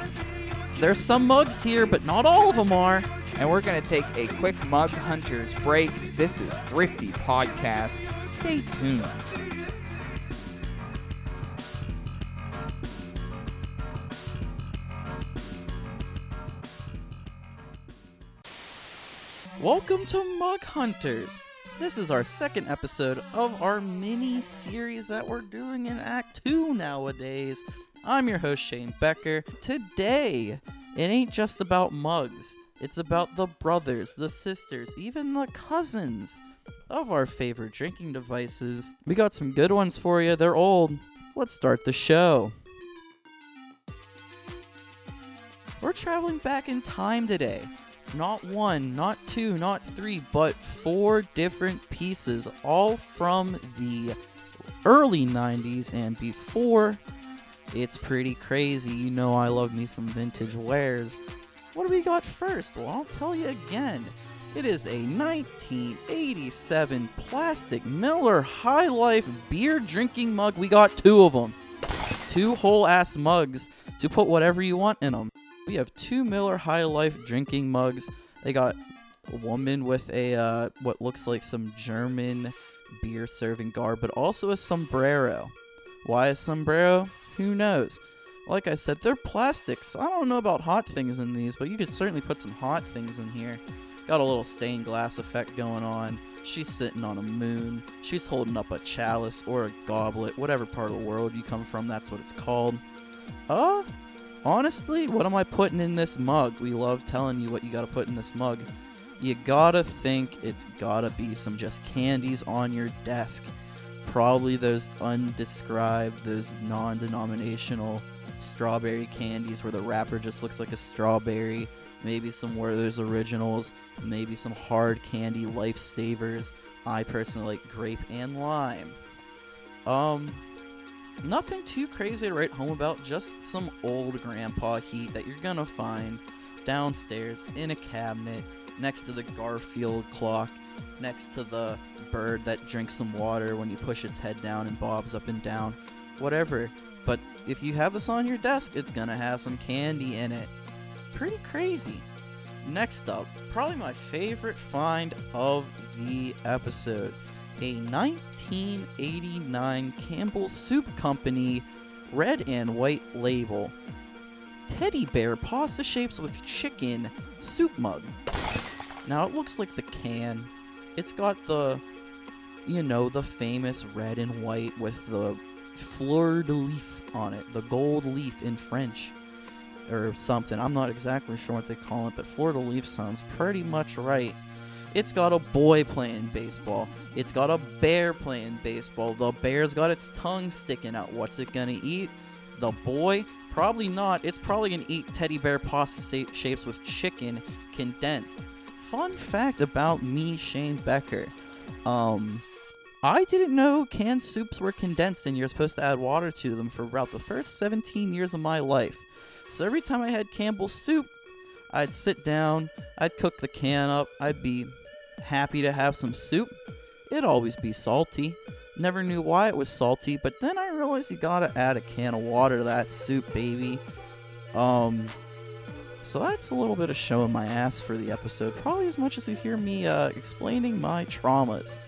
E: "There's some mugs here, but not all of them are."
A: and we're going to take a quick Mug Hunters break. This is Thrifty Podcast. Stay tuned.
E: Welcome to Mug Hunters. This is our second episode of our mini series that we're doing in Act 2 nowadays. I'm your host, Shane Becker. Today, it ain't just about mugs, it's about the brothers, the sisters, even the cousins of our favorite drinking devices. We got some good ones for you, they're old. Let's start the show. We're traveling back in time today. Not one, not two, not three, but four different pieces, all from the early 90s and before. It's pretty crazy. You know, I love me some vintage wares. What do we got first? Well, I'll tell you again. It is a 1987 plastic Miller High Life beer drinking mug. We got two of them two whole ass mugs to put whatever you want in them. We have two Miller High Life drinking mugs. They got a woman with a uh, what looks like some German beer serving guard, but also a sombrero. Why a sombrero? Who knows? Like I said, they're plastics. I don't know about hot things in these, but you could certainly put some hot things in here. Got a little stained glass effect going on. She's sitting on a moon. She's holding up a chalice or a goblet, whatever part of the world you come from, that's what it's called. Uh, honestly, what am I putting in this mug? We love telling you what you gotta put in this mug. You gotta think it's gotta be some just candies on your desk. Probably those undescribed, those non denominational strawberry candies where the wrapper just looks like a strawberry. Maybe some Werther's Originals, maybe some hard candy lifesavers. I personally like grape and lime. Um, nothing too crazy to write home about, just some old grandpa heat that you're gonna find downstairs in a cabinet next to the Garfield clock, next to the bird that drinks some water when you push its head down and bobs up and down, whatever. But if you have this on your desk, it's gonna have some candy in it. Pretty crazy. Next up, probably my favorite find of the episode a 1989 Campbell Soup Company red and white label. Teddy bear pasta shapes with chicken soup mug. Now it looks like the can. It's got the, you know, the famous red and white with the fleur de leaf on it, the gold leaf in French or something. I'm not exactly sure what they call it, but Florida Leaf sounds pretty much right. It's got a boy playing baseball. It's got a bear playing baseball. The bear's got its tongue sticking out. What's it gonna eat? The boy? Probably not. It's probably gonna eat teddy bear pasta sa- shapes with chicken condensed. Fun fact about me, Shane Becker. Um, I didn't know canned soups were condensed and you're supposed to add water to them for about the first 17 years of my life. So every time I had Campbell's soup, I'd sit down, I'd cook the can up, I'd be happy to have some soup. It'd always be salty. Never knew why it was salty, but then I realized you gotta add a can of water to that soup, baby. Um, so that's a little bit of showing my ass for the episode, probably as much as you hear me uh, explaining my traumas.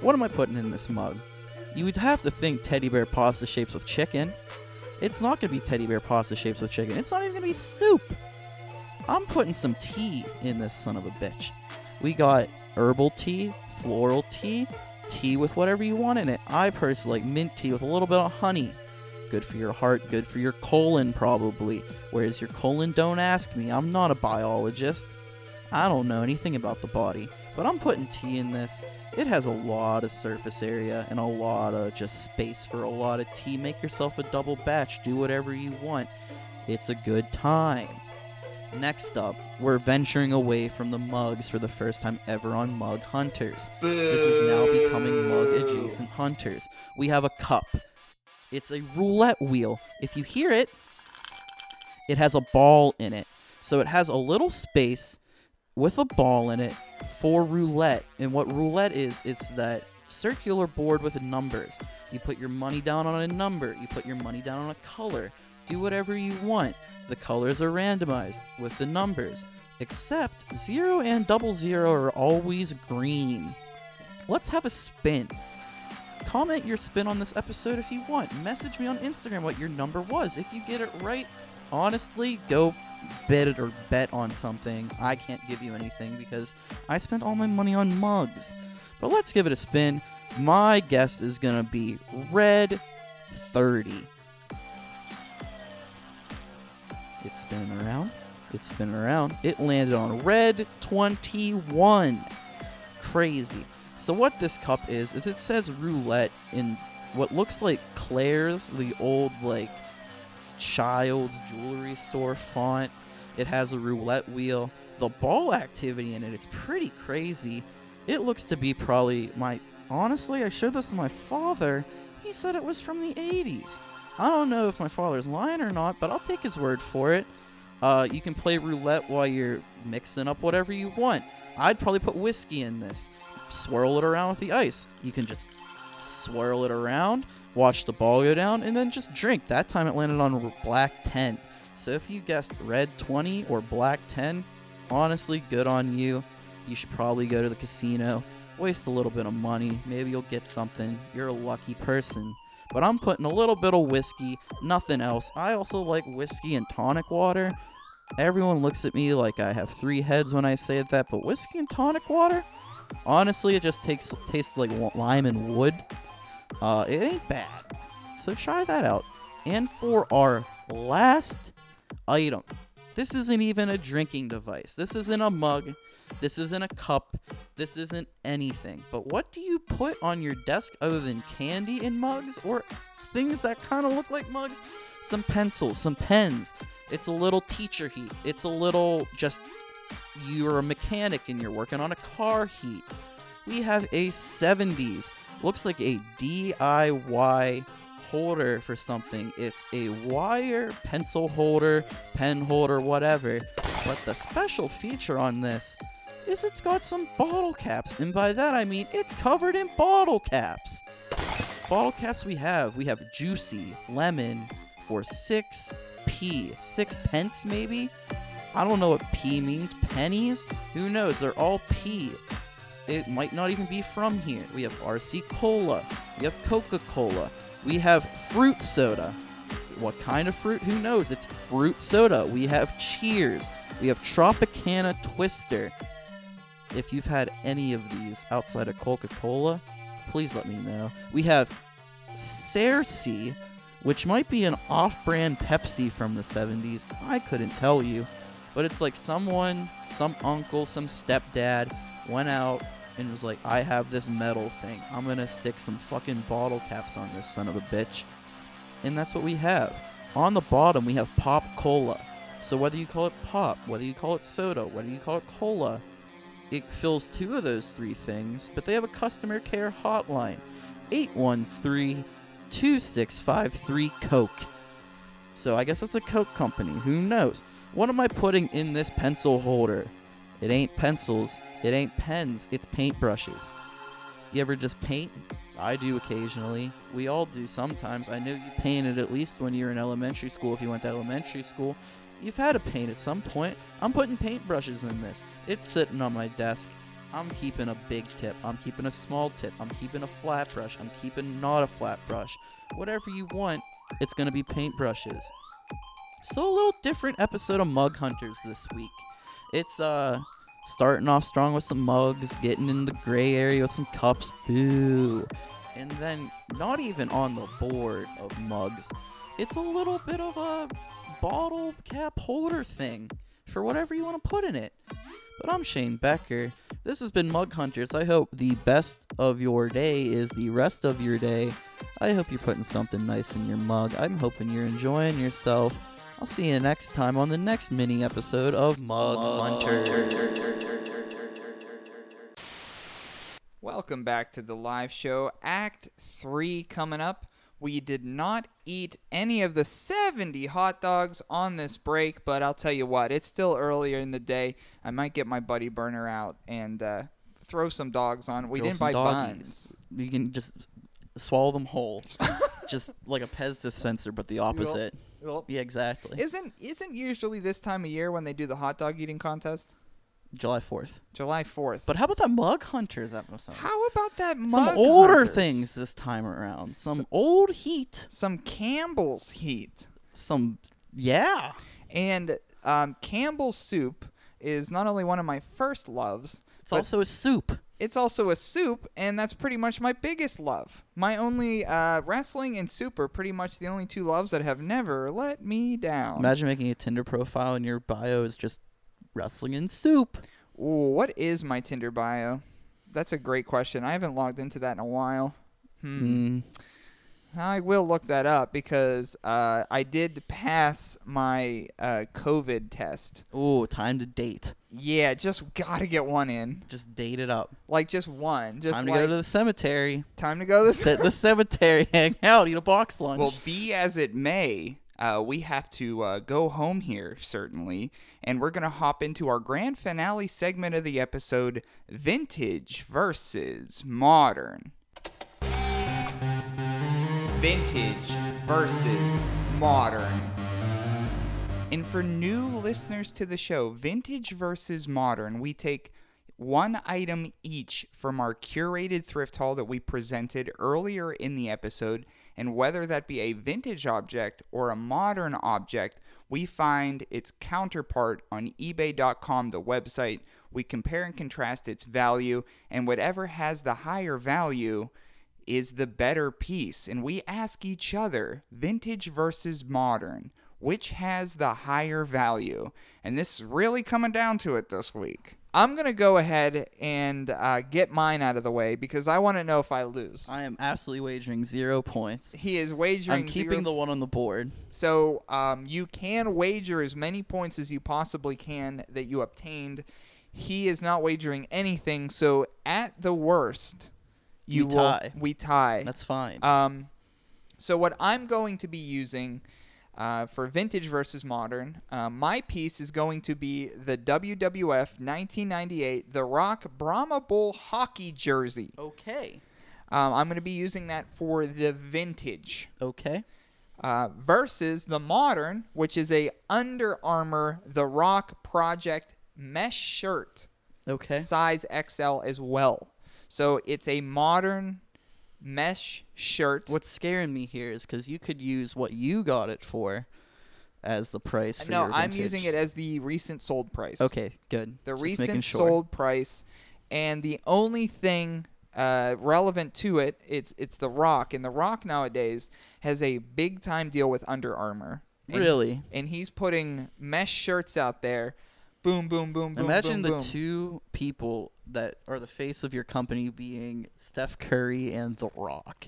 E: What am I putting in this mug? You would have to think teddy bear pasta shapes with chicken. It's not going to be teddy bear pasta shapes with chicken. It's not even going to be soup. I'm putting some tea in this son of a bitch. We got herbal tea, floral tea, tea with whatever you want in it. I personally like mint tea with a little bit of honey. Good for your heart, good for your colon, probably. Where's your colon? Don't ask me. I'm not a biologist. I don't know anything about the body, but I'm putting tea in this. It has a lot of surface area and a lot of just space for a lot of tea. Make yourself a double batch, do whatever you want. It's a good time. Next up, we're venturing away from the mugs for the first time ever on Mug Hunters. This is now becoming mug adjacent hunters. We have a cup. It's a roulette wheel. If you hear it, it has a ball in it. So it has a little space with a ball in it for roulette. And what roulette is, it's that circular board with numbers. You put your money down on a number, you put your money down on a color, do whatever you want. The colors are randomized with the numbers, except zero and double zero are always green. Let's have a spin. Comment your spin on this episode if you want. Message me on Instagram what your number was. If you get it right, honestly, go bet it or bet on something. I can't give you anything because I spent all my money on mugs. But let's give it a spin. My guess is going to be red 30. It's spinning around. It's spinning around. It landed on red 21 crazy. So what this cup is is it says roulette in what looks like Claire's, the old like child's jewelry store font. It has a roulette wheel. The ball activity in it is pretty crazy. It looks to be probably my honestly, I showed this to my father. He said it was from the 80s. I don't know if my father's lying or not, but I'll take his word for it. Uh, you can play roulette while you're mixing up whatever you want. I'd probably put whiskey in this. Swirl it around with the ice. You can just swirl it around, watch the ball go down, and then just drink. That time it landed on r- black 10. So if you guessed red 20 or black 10, honestly, good on you. You should probably go to the casino, waste a little bit of money. Maybe you'll get something. You're a lucky person. But I'm putting a little bit of whiskey, nothing else. I also like whiskey and tonic water. Everyone looks at me like I have three heads when I say that, but whiskey and tonic water? Honestly, it just takes tastes like wa- lime and wood. Uh, it ain't bad. So try that out. And for our last item, this isn't even a drinking device. This isn't a mug. This isn't a cup. This isn't anything. But what do you put on your desk other than candy and mugs or things that kind of look like mugs? Some pencils, some pens. It's a little teacher heat. It's a little just you're a mechanic and you're working on a car heat. We have a 70s. Looks like a DIY holder for something. It's a wire pencil holder, pen holder, whatever. But the special feature on this is it's got some bottle caps. And by that I mean it's covered in bottle caps bottle caps we have we have juicy lemon for 6p 6 pence maybe i don't know what p means pennies who knows they're all p it might not even be from here we have rc cola we have coca-cola we have fruit soda what kind of fruit who knows it's fruit soda we have cheers we have tropicana twister if you've had any of these outside of Coca Cola, please let me know. We have Cersei, which might be an off brand Pepsi from the 70s. I couldn't tell you. But it's like someone, some uncle, some stepdad went out and was like, I have this metal thing. I'm going to stick some fucking bottle caps on this son of a bitch and that's what we have. On the bottom, we have pop cola. So whether you call it pop, whether you call it soda, whether you call it cola, it fills two of those three things, but they have a customer care hotline 813 2653 Coke. So I guess that's a Coke company. Who knows? What am I putting in this pencil holder? It ain't pencils, it ain't pens, it's paintbrushes. You ever just paint? I do occasionally. We all do sometimes. I know you painted at least when you were in elementary school. If you went to elementary school, you've had to paint at some point. I'm putting paintbrushes in this. It's sitting on my desk. I'm keeping a big tip. I'm keeping a small tip. I'm keeping a flat brush. I'm keeping not a flat brush. Whatever you want, it's going to be paintbrushes. So a little different episode of Mug Hunters this week. It's uh starting off strong with some mugs, getting in the gray area with some cups, boo. And then not even on the board of mugs. It's a little bit of a bottle cap holder thing for whatever you want to put in it. But I'm Shane Becker. This has been Mug Hunters. I hope the best of your day is the rest of your day. I hope you're putting something nice in your mug. I'm hoping you're enjoying yourself. I'll see you next time on the next mini episode of Mug, Hunters.
A: Welcome back to the live show. Act 3 coming up. We did not eat any of the 70 hot dogs on this break, but I'll tell you what, it's still earlier in the day. I might get my buddy burner out and uh, throw some dogs on. We
E: Grill
A: didn't
E: some
A: buy
E: doggies.
A: buns.
E: You can just swallow them whole, just like a Pez dispenser, but the opposite.
A: Yup.
E: Yeah, exactly.
A: Isn't isn't usually this time of year when they do the hot dog eating contest?
E: July Fourth.
A: July 4th.
E: But how about that Mug Hunters episode?
A: how about that mug
E: Some older
A: Hunters?
E: things this time around. Some old heat.
A: Some Campbell's heat.
E: Some yeah.
A: And um, Campbell's soup is not only one of my first loves,
E: It's also a soup.
A: it's also a soup, and that's pretty much my biggest love. My only uh, wrestling and soup are pretty much the only two loves that have never let me down.
E: Imagine making a Tinder profile and your bio is just wrestling in soup.
A: Ooh, what is my Tinder bio? That's a great question. I haven't logged into that in a while. Hmm.
E: Mm.
A: I will look that up because uh, I did pass my uh, COVID test.
E: Ooh, time to date.
A: Yeah, just gotta get one in,
E: Just date it up.
A: like just one. Just
E: Time to
A: like,
E: go to the cemetery.
A: time to go. This
E: Sit in the cemetery, hang out, eat a box lunch.
A: Well, be as it may, uh, we have to uh, go home here, certainly. And we're going to hop into our grand finale segment of the episode Vintage versus Modern. Vintage versus Modern. And for new listeners to the show, vintage versus modern, we take one item each from our curated thrift haul that we presented earlier in the episode. And whether that be a vintage object or a modern object, we find its counterpart on eBay.com, the website. We compare and contrast its value, and whatever has the higher value is the better piece. And we ask each other, vintage versus modern, which has the higher value? And this is really coming down to it this week. I'm going to go ahead and uh, get mine out of the way because I want to know if I lose.
E: I am absolutely wagering zero points.
A: he is wagering.
E: I'm keeping
A: zero-
E: the one on the board.
A: so um, you can wager as many points as you possibly can that you obtained. He is not wagering anything, so at the worst, you
E: We
A: will-
E: tie.
A: we tie.
E: That's fine.
A: Um, so what I'm going to be using uh, for vintage versus modern, uh, my piece is going to be the WWF 1998 The Rock Brahma Bull hockey jersey.
E: okay.
A: Um, I'm going to be using that for the vintage
E: Okay.
A: uh, versus the modern, which is a Under Armour The Rock Project mesh shirt,
E: Okay.
A: size XL as well. So it's a modern mesh shirt.
E: What's scaring me here is because you could use what you got it for as the price for
A: no,
E: your
A: I'm
E: vintage.
A: using it as the recent sold price.
E: Okay, good.
A: The
E: Just making
A: recent
E: sure.
A: sold price, and the only thing uh, relevant to it, it's it's the Rock, and the Rock nowadays has a big time deal with Under Armour. And-
E: Really?
A: And he's putting mesh shirts out there. Boom, boom, boom, boom. boom,
E: Imagine the
A: boom.
E: two people that are the face of your company being Steph Curry and The Rock.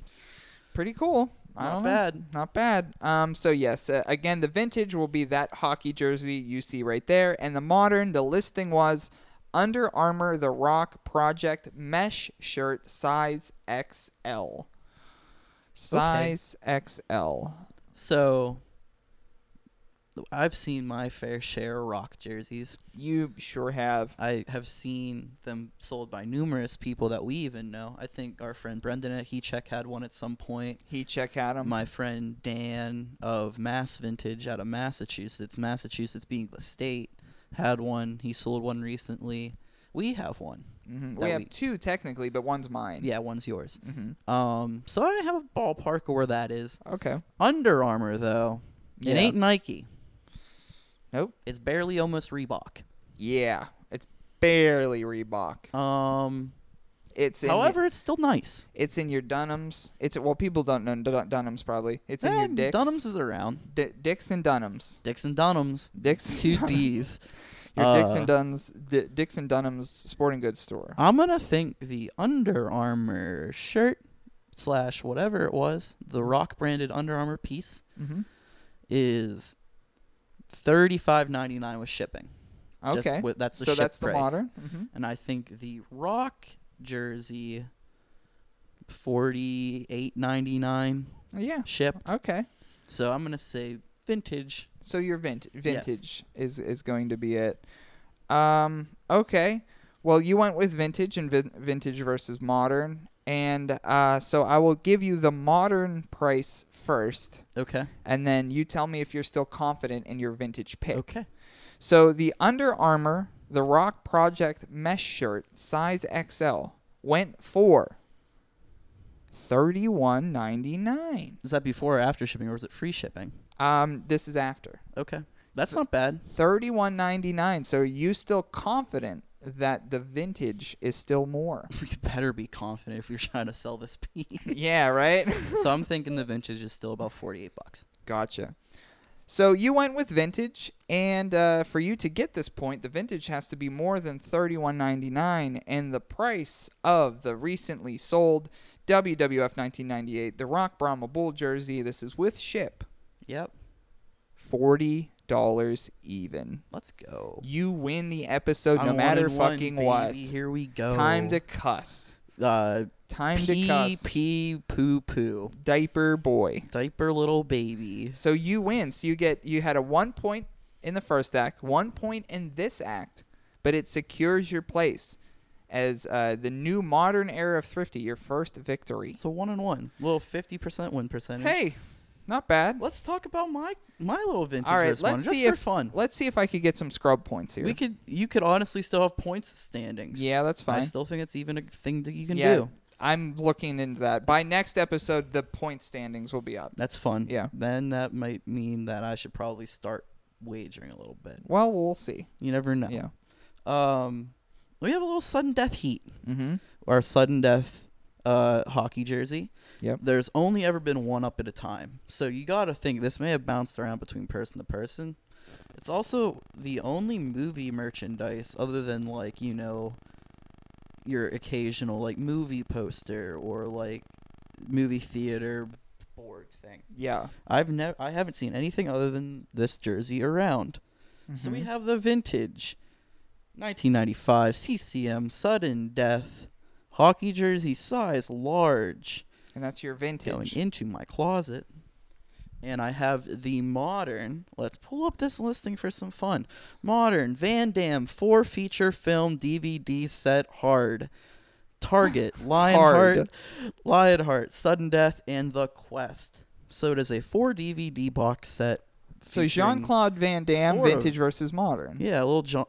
A: Pretty cool. I
E: Not
A: don't Know.
E: bad.
A: Not bad. Um, so yes, uh, again, the vintage will be that hockey jersey you see right there, and the modern. The listing was Under Armour The Rock Project Mesh Shirt Size XL. Size XL.
E: So I've seen my fair share of rock jerseys.
A: You sure have.
E: I have seen them sold by numerous people that we even know. I think our friend Brendan at He Check had one at some point.
A: He check out him.
E: My friend Dan of Mass Vintage out of Massachusetts, Massachusetts being the state, had one. He sold one recently. We have one.
A: Mhm.
E: that
A: We have two technically, but one's mine.
E: Yeah, one's yours.
A: Mm-hmm.
E: Um, so I have a ballpark of where that is.
A: Okay.
E: Under Armour though,
A: Yeah.
E: it ain't Nike.
A: Nope.
E: It's barely almost Reebok.
A: Yeah. It's barely Reebok.
E: Um,
A: It's in
E: however, it's still nice.
A: It's in your Dunhams. It's well, people don't know Dun- Dunhams probably. It's in your
E: Eh,
A: Dicks.
E: Dunham's is around.
A: D- Dicks and Dunhams.
E: Dicks and Dunham's.
A: Dicks
E: Two
A: Dunhams.
E: D's.
A: Your Dicks and
E: Uh,
A: Duns. D- Dicks and Dunhams sporting goods store.
E: I'm gonna think the Under Armour shirt slash whatever it was, the Rock branded Under Armour piece
A: Mhm.
E: is thirty five ninety nine with shipping. Just
A: Okay.
E: with- that's the
A: so
E: ship
A: that's the
E: price.
A: modern. hmm
E: and I think the Rock jersey forty eight ninety nine
A: Yeah.
E: shipped.
A: Oh, Okay.
E: So I'm gonna say vintage.
A: So your vint- vintage is is going to be it. Um. Okay. Well, you went with vintage and vin- vintage versus modern, and uh, so I will give you the modern price first,
E: Okay.
A: and then you tell me if you're still confident in your vintage pick.
E: Okay.
A: So the Under Armour The Rock Project mesh shirt size XL went for thirty one ninety nine.
E: Is that before or after shipping, or was it free shipping?
A: Um, this is after
E: Okay. That's not bad.
A: thirty one ninety nine. So are you still confident that the vintage is still more?
E: You better be confident if you're trying to sell this piece.
A: yeah, right.
E: so I'm thinking the vintage is still about 48 bucks.
A: gotcha. So you went with vintage, and uh, for you to get this point, the vintage has to be more than thirty-one ninety-nine, and the price of the recently sold WWF nineteen ninety-eight, the Rock Brahma Bull jersey. This is with ship,
E: Yep.
A: forty dollars even.
E: Let's go.
A: You win the episode,
E: I'm
A: no
E: one
A: matter
E: and one,
A: fucking
E: baby.
A: what.
E: Here we go.
A: Time to cuss.
E: uh,
A: Time to
E: pee
A: cuss.
E: pee poo poo.
A: Diaper boy.
E: Diaper little baby.
A: So you win. So you get you had a one point in the first act, one point in this act, but it secures your place as uh, the new modern era of thrifty. Your first victory.
E: So one and one. Little 50% win percentage.
A: Hey, Not bad.
E: Let's talk about my my little vintage.
A: All right,
E: this one,
A: let's
E: just
A: see
E: for
A: if
E: fun.
A: let's see if I could get some scrub points here.
E: We could you could honestly still have points standings.
A: yeah, that's
E: I
A: fine.
E: still think it's even a thing that you can
A: yeah,
E: do.
A: I'm looking into that. By next episode, the point standings will be up.
E: That's fun.
A: Yeah.
E: Then that might mean that I should probably start wagering a little bit.
A: Well, we'll see.
E: You never know.
A: Yeah.
E: Um, we have a little sudden death heat.
A: Mm-hmm.
E: Our sudden death uh, hockey jersey.
A: Yep.
E: There's only ever been one up at a time. So you got to think this may have bounced around between person to person. It's also the only movie merchandise other than like, you know, your occasional like movie poster or like movie theater board thing.
A: Yeah.
E: I've never I haven't seen anything other than this jersey around. So we have the vintage 1995 CCM sudden death hockey jersey size large
A: And that's your
E: going
A: vintage.
E: into my closet. And I have the modern. Let's pull up this listing for some fun. Modern Van Dam four feature film DVD set hard. Target, Lionheart, Lionheart, Sudden Death, and The Quest. So it is a four DVD box set.
A: so
E: featuring-
A: Jean Claude Van Damme,
E: four of-
A: vintage versus modern.
E: Yeah, a little jo-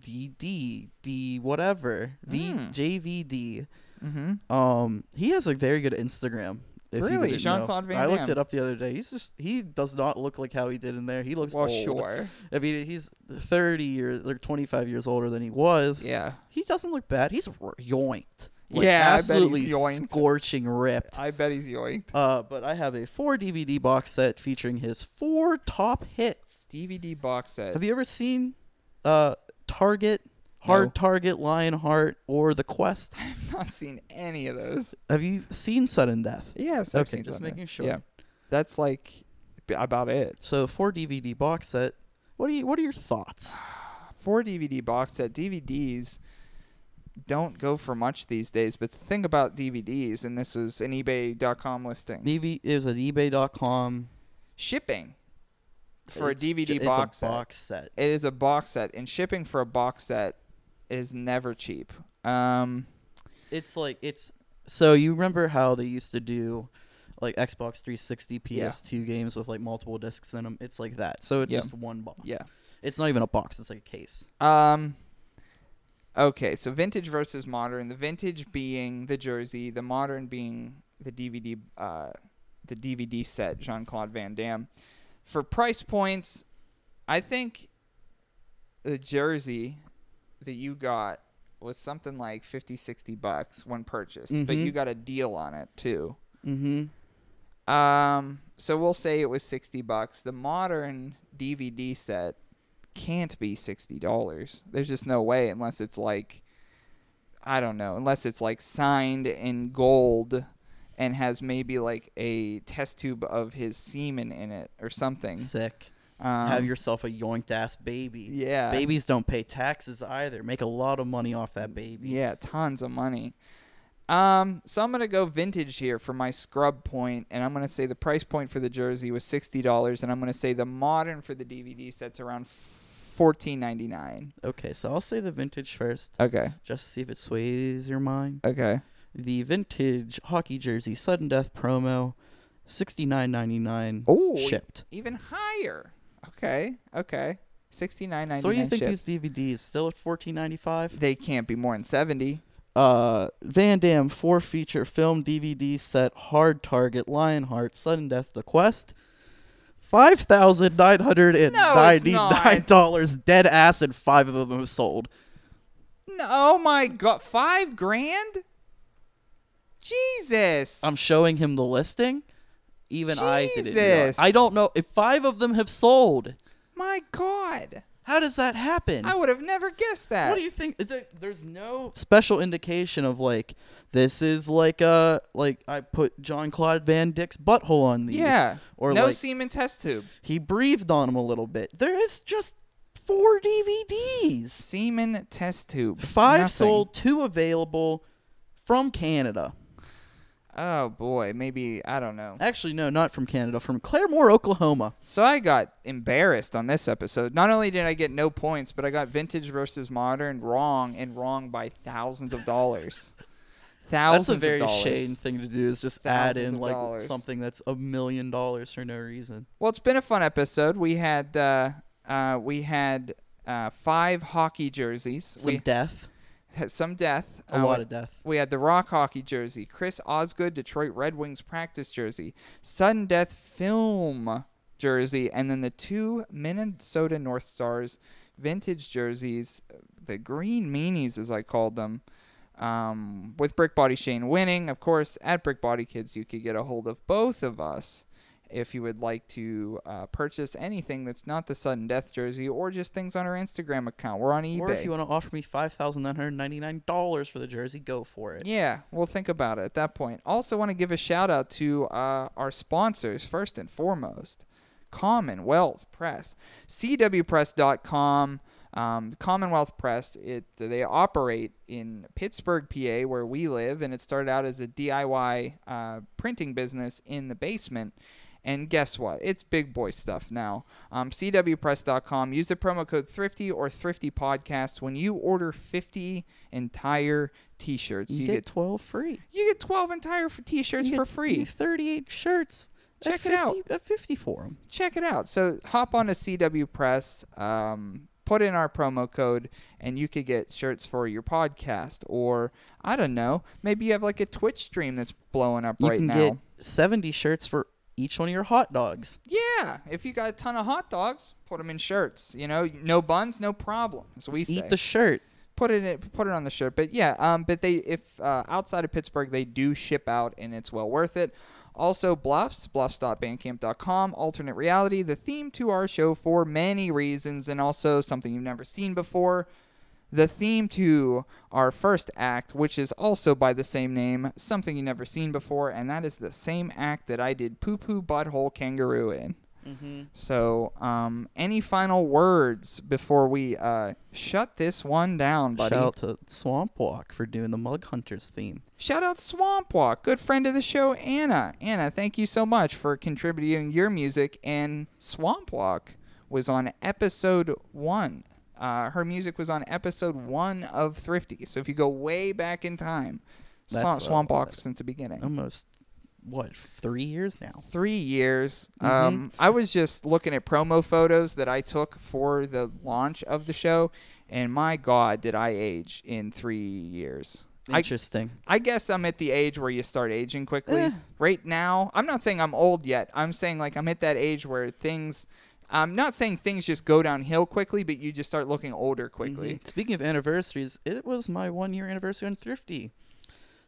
E: JVDD, D whatever. V JVD.
A: Mm. Mm-hmm.
E: Um, he has a very good Instagram. if you
A: Really?
E: didn't
A: Jean-Claude
E: know.
A: Van
E: I looked
A: Damme.
E: it up the other day. He's just he does not look like how he did in there. He looks
A: Well,
E: old.
A: sure.
E: I mean, he's thirty years or twenty five years older than he was.
A: Yeah.
E: He doesn't look bad. He's r- yoinked. Like,
A: Yeah, I bet he's
E: absolutely
A: yoinked.
E: scorching ripped.
A: I bet he's yoinked.
E: Uh, but I have a four DVD box set featuring his four top hits.
A: DVD box set.
E: Have you ever seen uh Target, Hard
A: No.
E: Target, Lionheart, or The Quest?
A: I've not seen any of those.
E: have you seen Sudden Death?
A: Yes, I've
E: Okay,
A: seen
E: just
A: some of
E: making
A: it.
E: sure.
A: Yeah. That's like b- about it.
E: So four DVD box set. What do you? What are your thoughts?
A: Four DVD box set DVDs don't go for much these days, but the thing about DVDs, and this was an eBay.com listing,
E: DV it was an eBay.com
A: shipping for a
E: it's
A: DVD
E: ju- it's
A: box
E: a
A: set.
E: box set.
A: It is a box set, and shipping for a box set is never cheap. Um,
E: It's like it's. So you remember how they used to do, like Xbox 360,
A: Yeah.
E: PS2 games with like multiple discs in them. It's like that. So it's
A: Yeah.
E: just one box.
A: Yeah.
E: It's not even a box. It's like a case.
A: Um. Okay, so vintage versus modern. The vintage being the jersey, the modern being the DVD, uh, the DVD set. Jean Claude Van Damme. For price points, I think the jersey that you got was something like 50 60 bucks when purchased but you got a deal on it too
E: Mm-hmm.
A: um, so we'll say it was sixty bucks. The modern DVD set can't be sixty dollars. There's just no way unless it's like I don't know, unless it's like signed in gold and has maybe like a test tube of his semen in it or something.
E: Sick.
A: Um,
E: Have yourself a yoinked ass baby.
A: Yeah.
E: Babies don't pay taxes either. Make a lot of money off that baby.
A: Yeah, tons of money. Um, so I'm gonna go vintage here for my scrub point, and I'm gonna say the price point for the jersey was sixty dollars, and I'm gonna say the modern for the DVD set's around fourteen ninety nine.
E: Okay, so I'll say the vintage first,
A: Okay.
E: just to see if it sways your mind.
A: Okay.
E: the vintage hockey jersey sudden death promo, sixty nine ninety nine
A: Oh,
E: shipped.
A: Even higher. Okay. Okay. Sixty nine ninety nine.
E: So what do you think these DVDs still at fourteen ninety five?
A: They can't be more than seventy.
E: Uh, Van Damme four feature film DVD set Hard Target Lionheart Sudden Death The Quest. Five thousand nine hundred and ninety nine dollars dead ass, and five of them have sold.
A: No, oh my god, five grand. Jesus.
E: I'm showing him the listing. Even I didn't. realize-
A: Jesus.
E: I don't know if five of them have sold.
A: my god.
E: How does that happen?
A: I would have never guessed that.
E: What do you think? There, there's no special indication of like this is like uh like I put John Claude Van Dyck's butthole on these.
A: Yeah.
E: Or
A: no
E: like
A: semen test tube.
E: he breathed on him a little bit. There is just four DVDs.
A: Semen test tube.
E: Five
A: Nothing.
E: sold, two available from Canada.
A: Oh boy, maybe I don't know.
E: Actually, no, not from Canada. From Claremore, Oklahoma.
A: So I got embarrassed on this episode. Not only did I get no points, but I got vintage versus modern wrong and wrong by thousands of dollars.
E: That's
A: Thousands
E: a very
A: of dollars.
E: Shane thing to do is just add
A: Thousands
E: in
A: of
E: like
A: dollars.
E: something that's a million dollars for no reason.
A: Well, it's been a fun episode. We had uh, uh, we had uh, five hockey jerseys.
E: Some
A: we
E: death,
A: had some death.
E: a
A: Uh,
E: lot of death.
A: We had the Rock hockey jersey, Chris Osgood Detroit Red Wings practice jersey, sudden death film jersey, and then the two Minnesota North Stars vintage jerseys, the green meanies as I called them. Um, with Brick Body Shane winning, of course, at Brick Body Kids, you could get a hold of both of us if you would like to uh, purchase anything that's not the sudden death jersey or just things on our Instagram account. We're on eBay.
E: Or if you want to offer me five thousand nine hundred ninety nine dollars for the jersey, go for it.
A: Yeah, we'll think about it at that point. Also, want to give a shout out to uh, our sponsors first and foremost Commonwealth Press, CWPress.com. Um, Commonwealth Press, it they operate in Pittsburgh, PA, where we live, and it started out as a DIY uh, printing business in the basement. And guess what? It's big boy stuff now. Um, CWPress.com. Use the promo code Thrifty or Thrifty Podcast when you order 50 entire T-shirts.
E: You, get, twelve free.
A: you get 12 entire f- T-shirts for free.
E: Thirty eight shirts. at
A: Check it out.
E: 50 At fifty for them.
A: Check it out. So hop on to CW Press. Um, put in our promo code, and you could get shirts for your podcast. Or I don't know, maybe you have like a Twitch stream that's blowing up
E: You
A: right
E: can
A: now.
E: get seventy shirts for each one of your hot dogs.
A: Yeah, if you got a ton of hot dogs, put them in shirts. You know, no buns, no problem. As we say,
E: Eat the shirt.
A: put it in, put it on the shirt. But yeah, um, but they if uh, outside of Pittsburgh, they do ship out, and it's well worth it. Also, Bluffs, bluffs.bandcamp.com, alternate reality, the theme to our show for many reasons, and also something you've never seen before. The theme to our first act, which is also by the same name, something you've never seen before, and that is the same act that I did Poo Poo Butthole Kangaroo in. So, um, any final words before we uh, shut this one down, buddy?
E: Shout out to Swamp Walk for doing the Mug Hunters theme.
A: Shout out Swamp Walk, good friend of the show, Anna. Anna, thank you so much for contributing your music. And Swamp Walk was on episode one. Uh, her music was on episode one of Thrifty. So if you go way back in time, Swa-
E: That's, uh,
A: Swamp Walk since the beginning.
E: Almost what three years now.
A: three years.
E: Mm-hmm.
A: Um, I was just looking at promo photos that I took for the launch of the show, and my God, did I age in three years. I,
E: Interesting.
A: I guess I'm at the age where you start aging quickly.
E: Eh.
A: Right now, I'm not saying I'm old yet. I'm saying like I'm at that age where things. I'm not saying things just go downhill quickly, but you just start looking older quickly.
E: Mm-hmm. Speaking of anniversaries, it was my one year anniversary on Thrifty.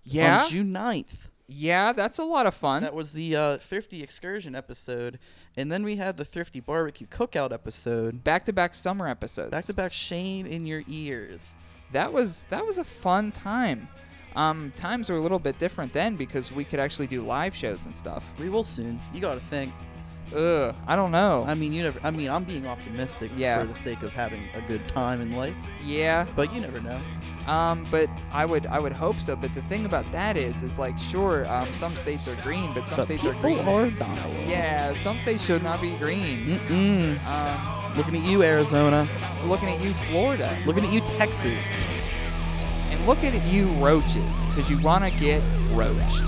A: Yeah, Mm-hmm.
E: On June 9th.
A: yeah, that's a lot of fun.
E: Um, That was the uh, Thrifty Excursion episode. And then we had the Thrifty Barbecue Cookout episode.
A: Back-to-back summer episodes.
E: Back to back Shane in your ears.
A: that was that was a fun time. Um, times are a little bit different then because we could actually do live shows and stuff.
E: We will soon. You got to think.
A: Ugh, I don't know.
E: I mean, you never. I mean, I'm being optimistic
A: Oh. Yeah.
E: for the sake of having a good time in life.
A: yeah,
E: But you never know.
A: um, but I would I would hope so. But the thing about that is, is like sure, um, some states are green, but some
E: But
A: states are
E: people
A: green.
E: are dying.
A: yeah, some states should not be green.
E: Mm-mm.
A: Um,
E: Looking at you, Arizona.
A: looking at you, Florida,
E: Looking at you, Texas.
A: and look at you, roaches, because you wanna get roached.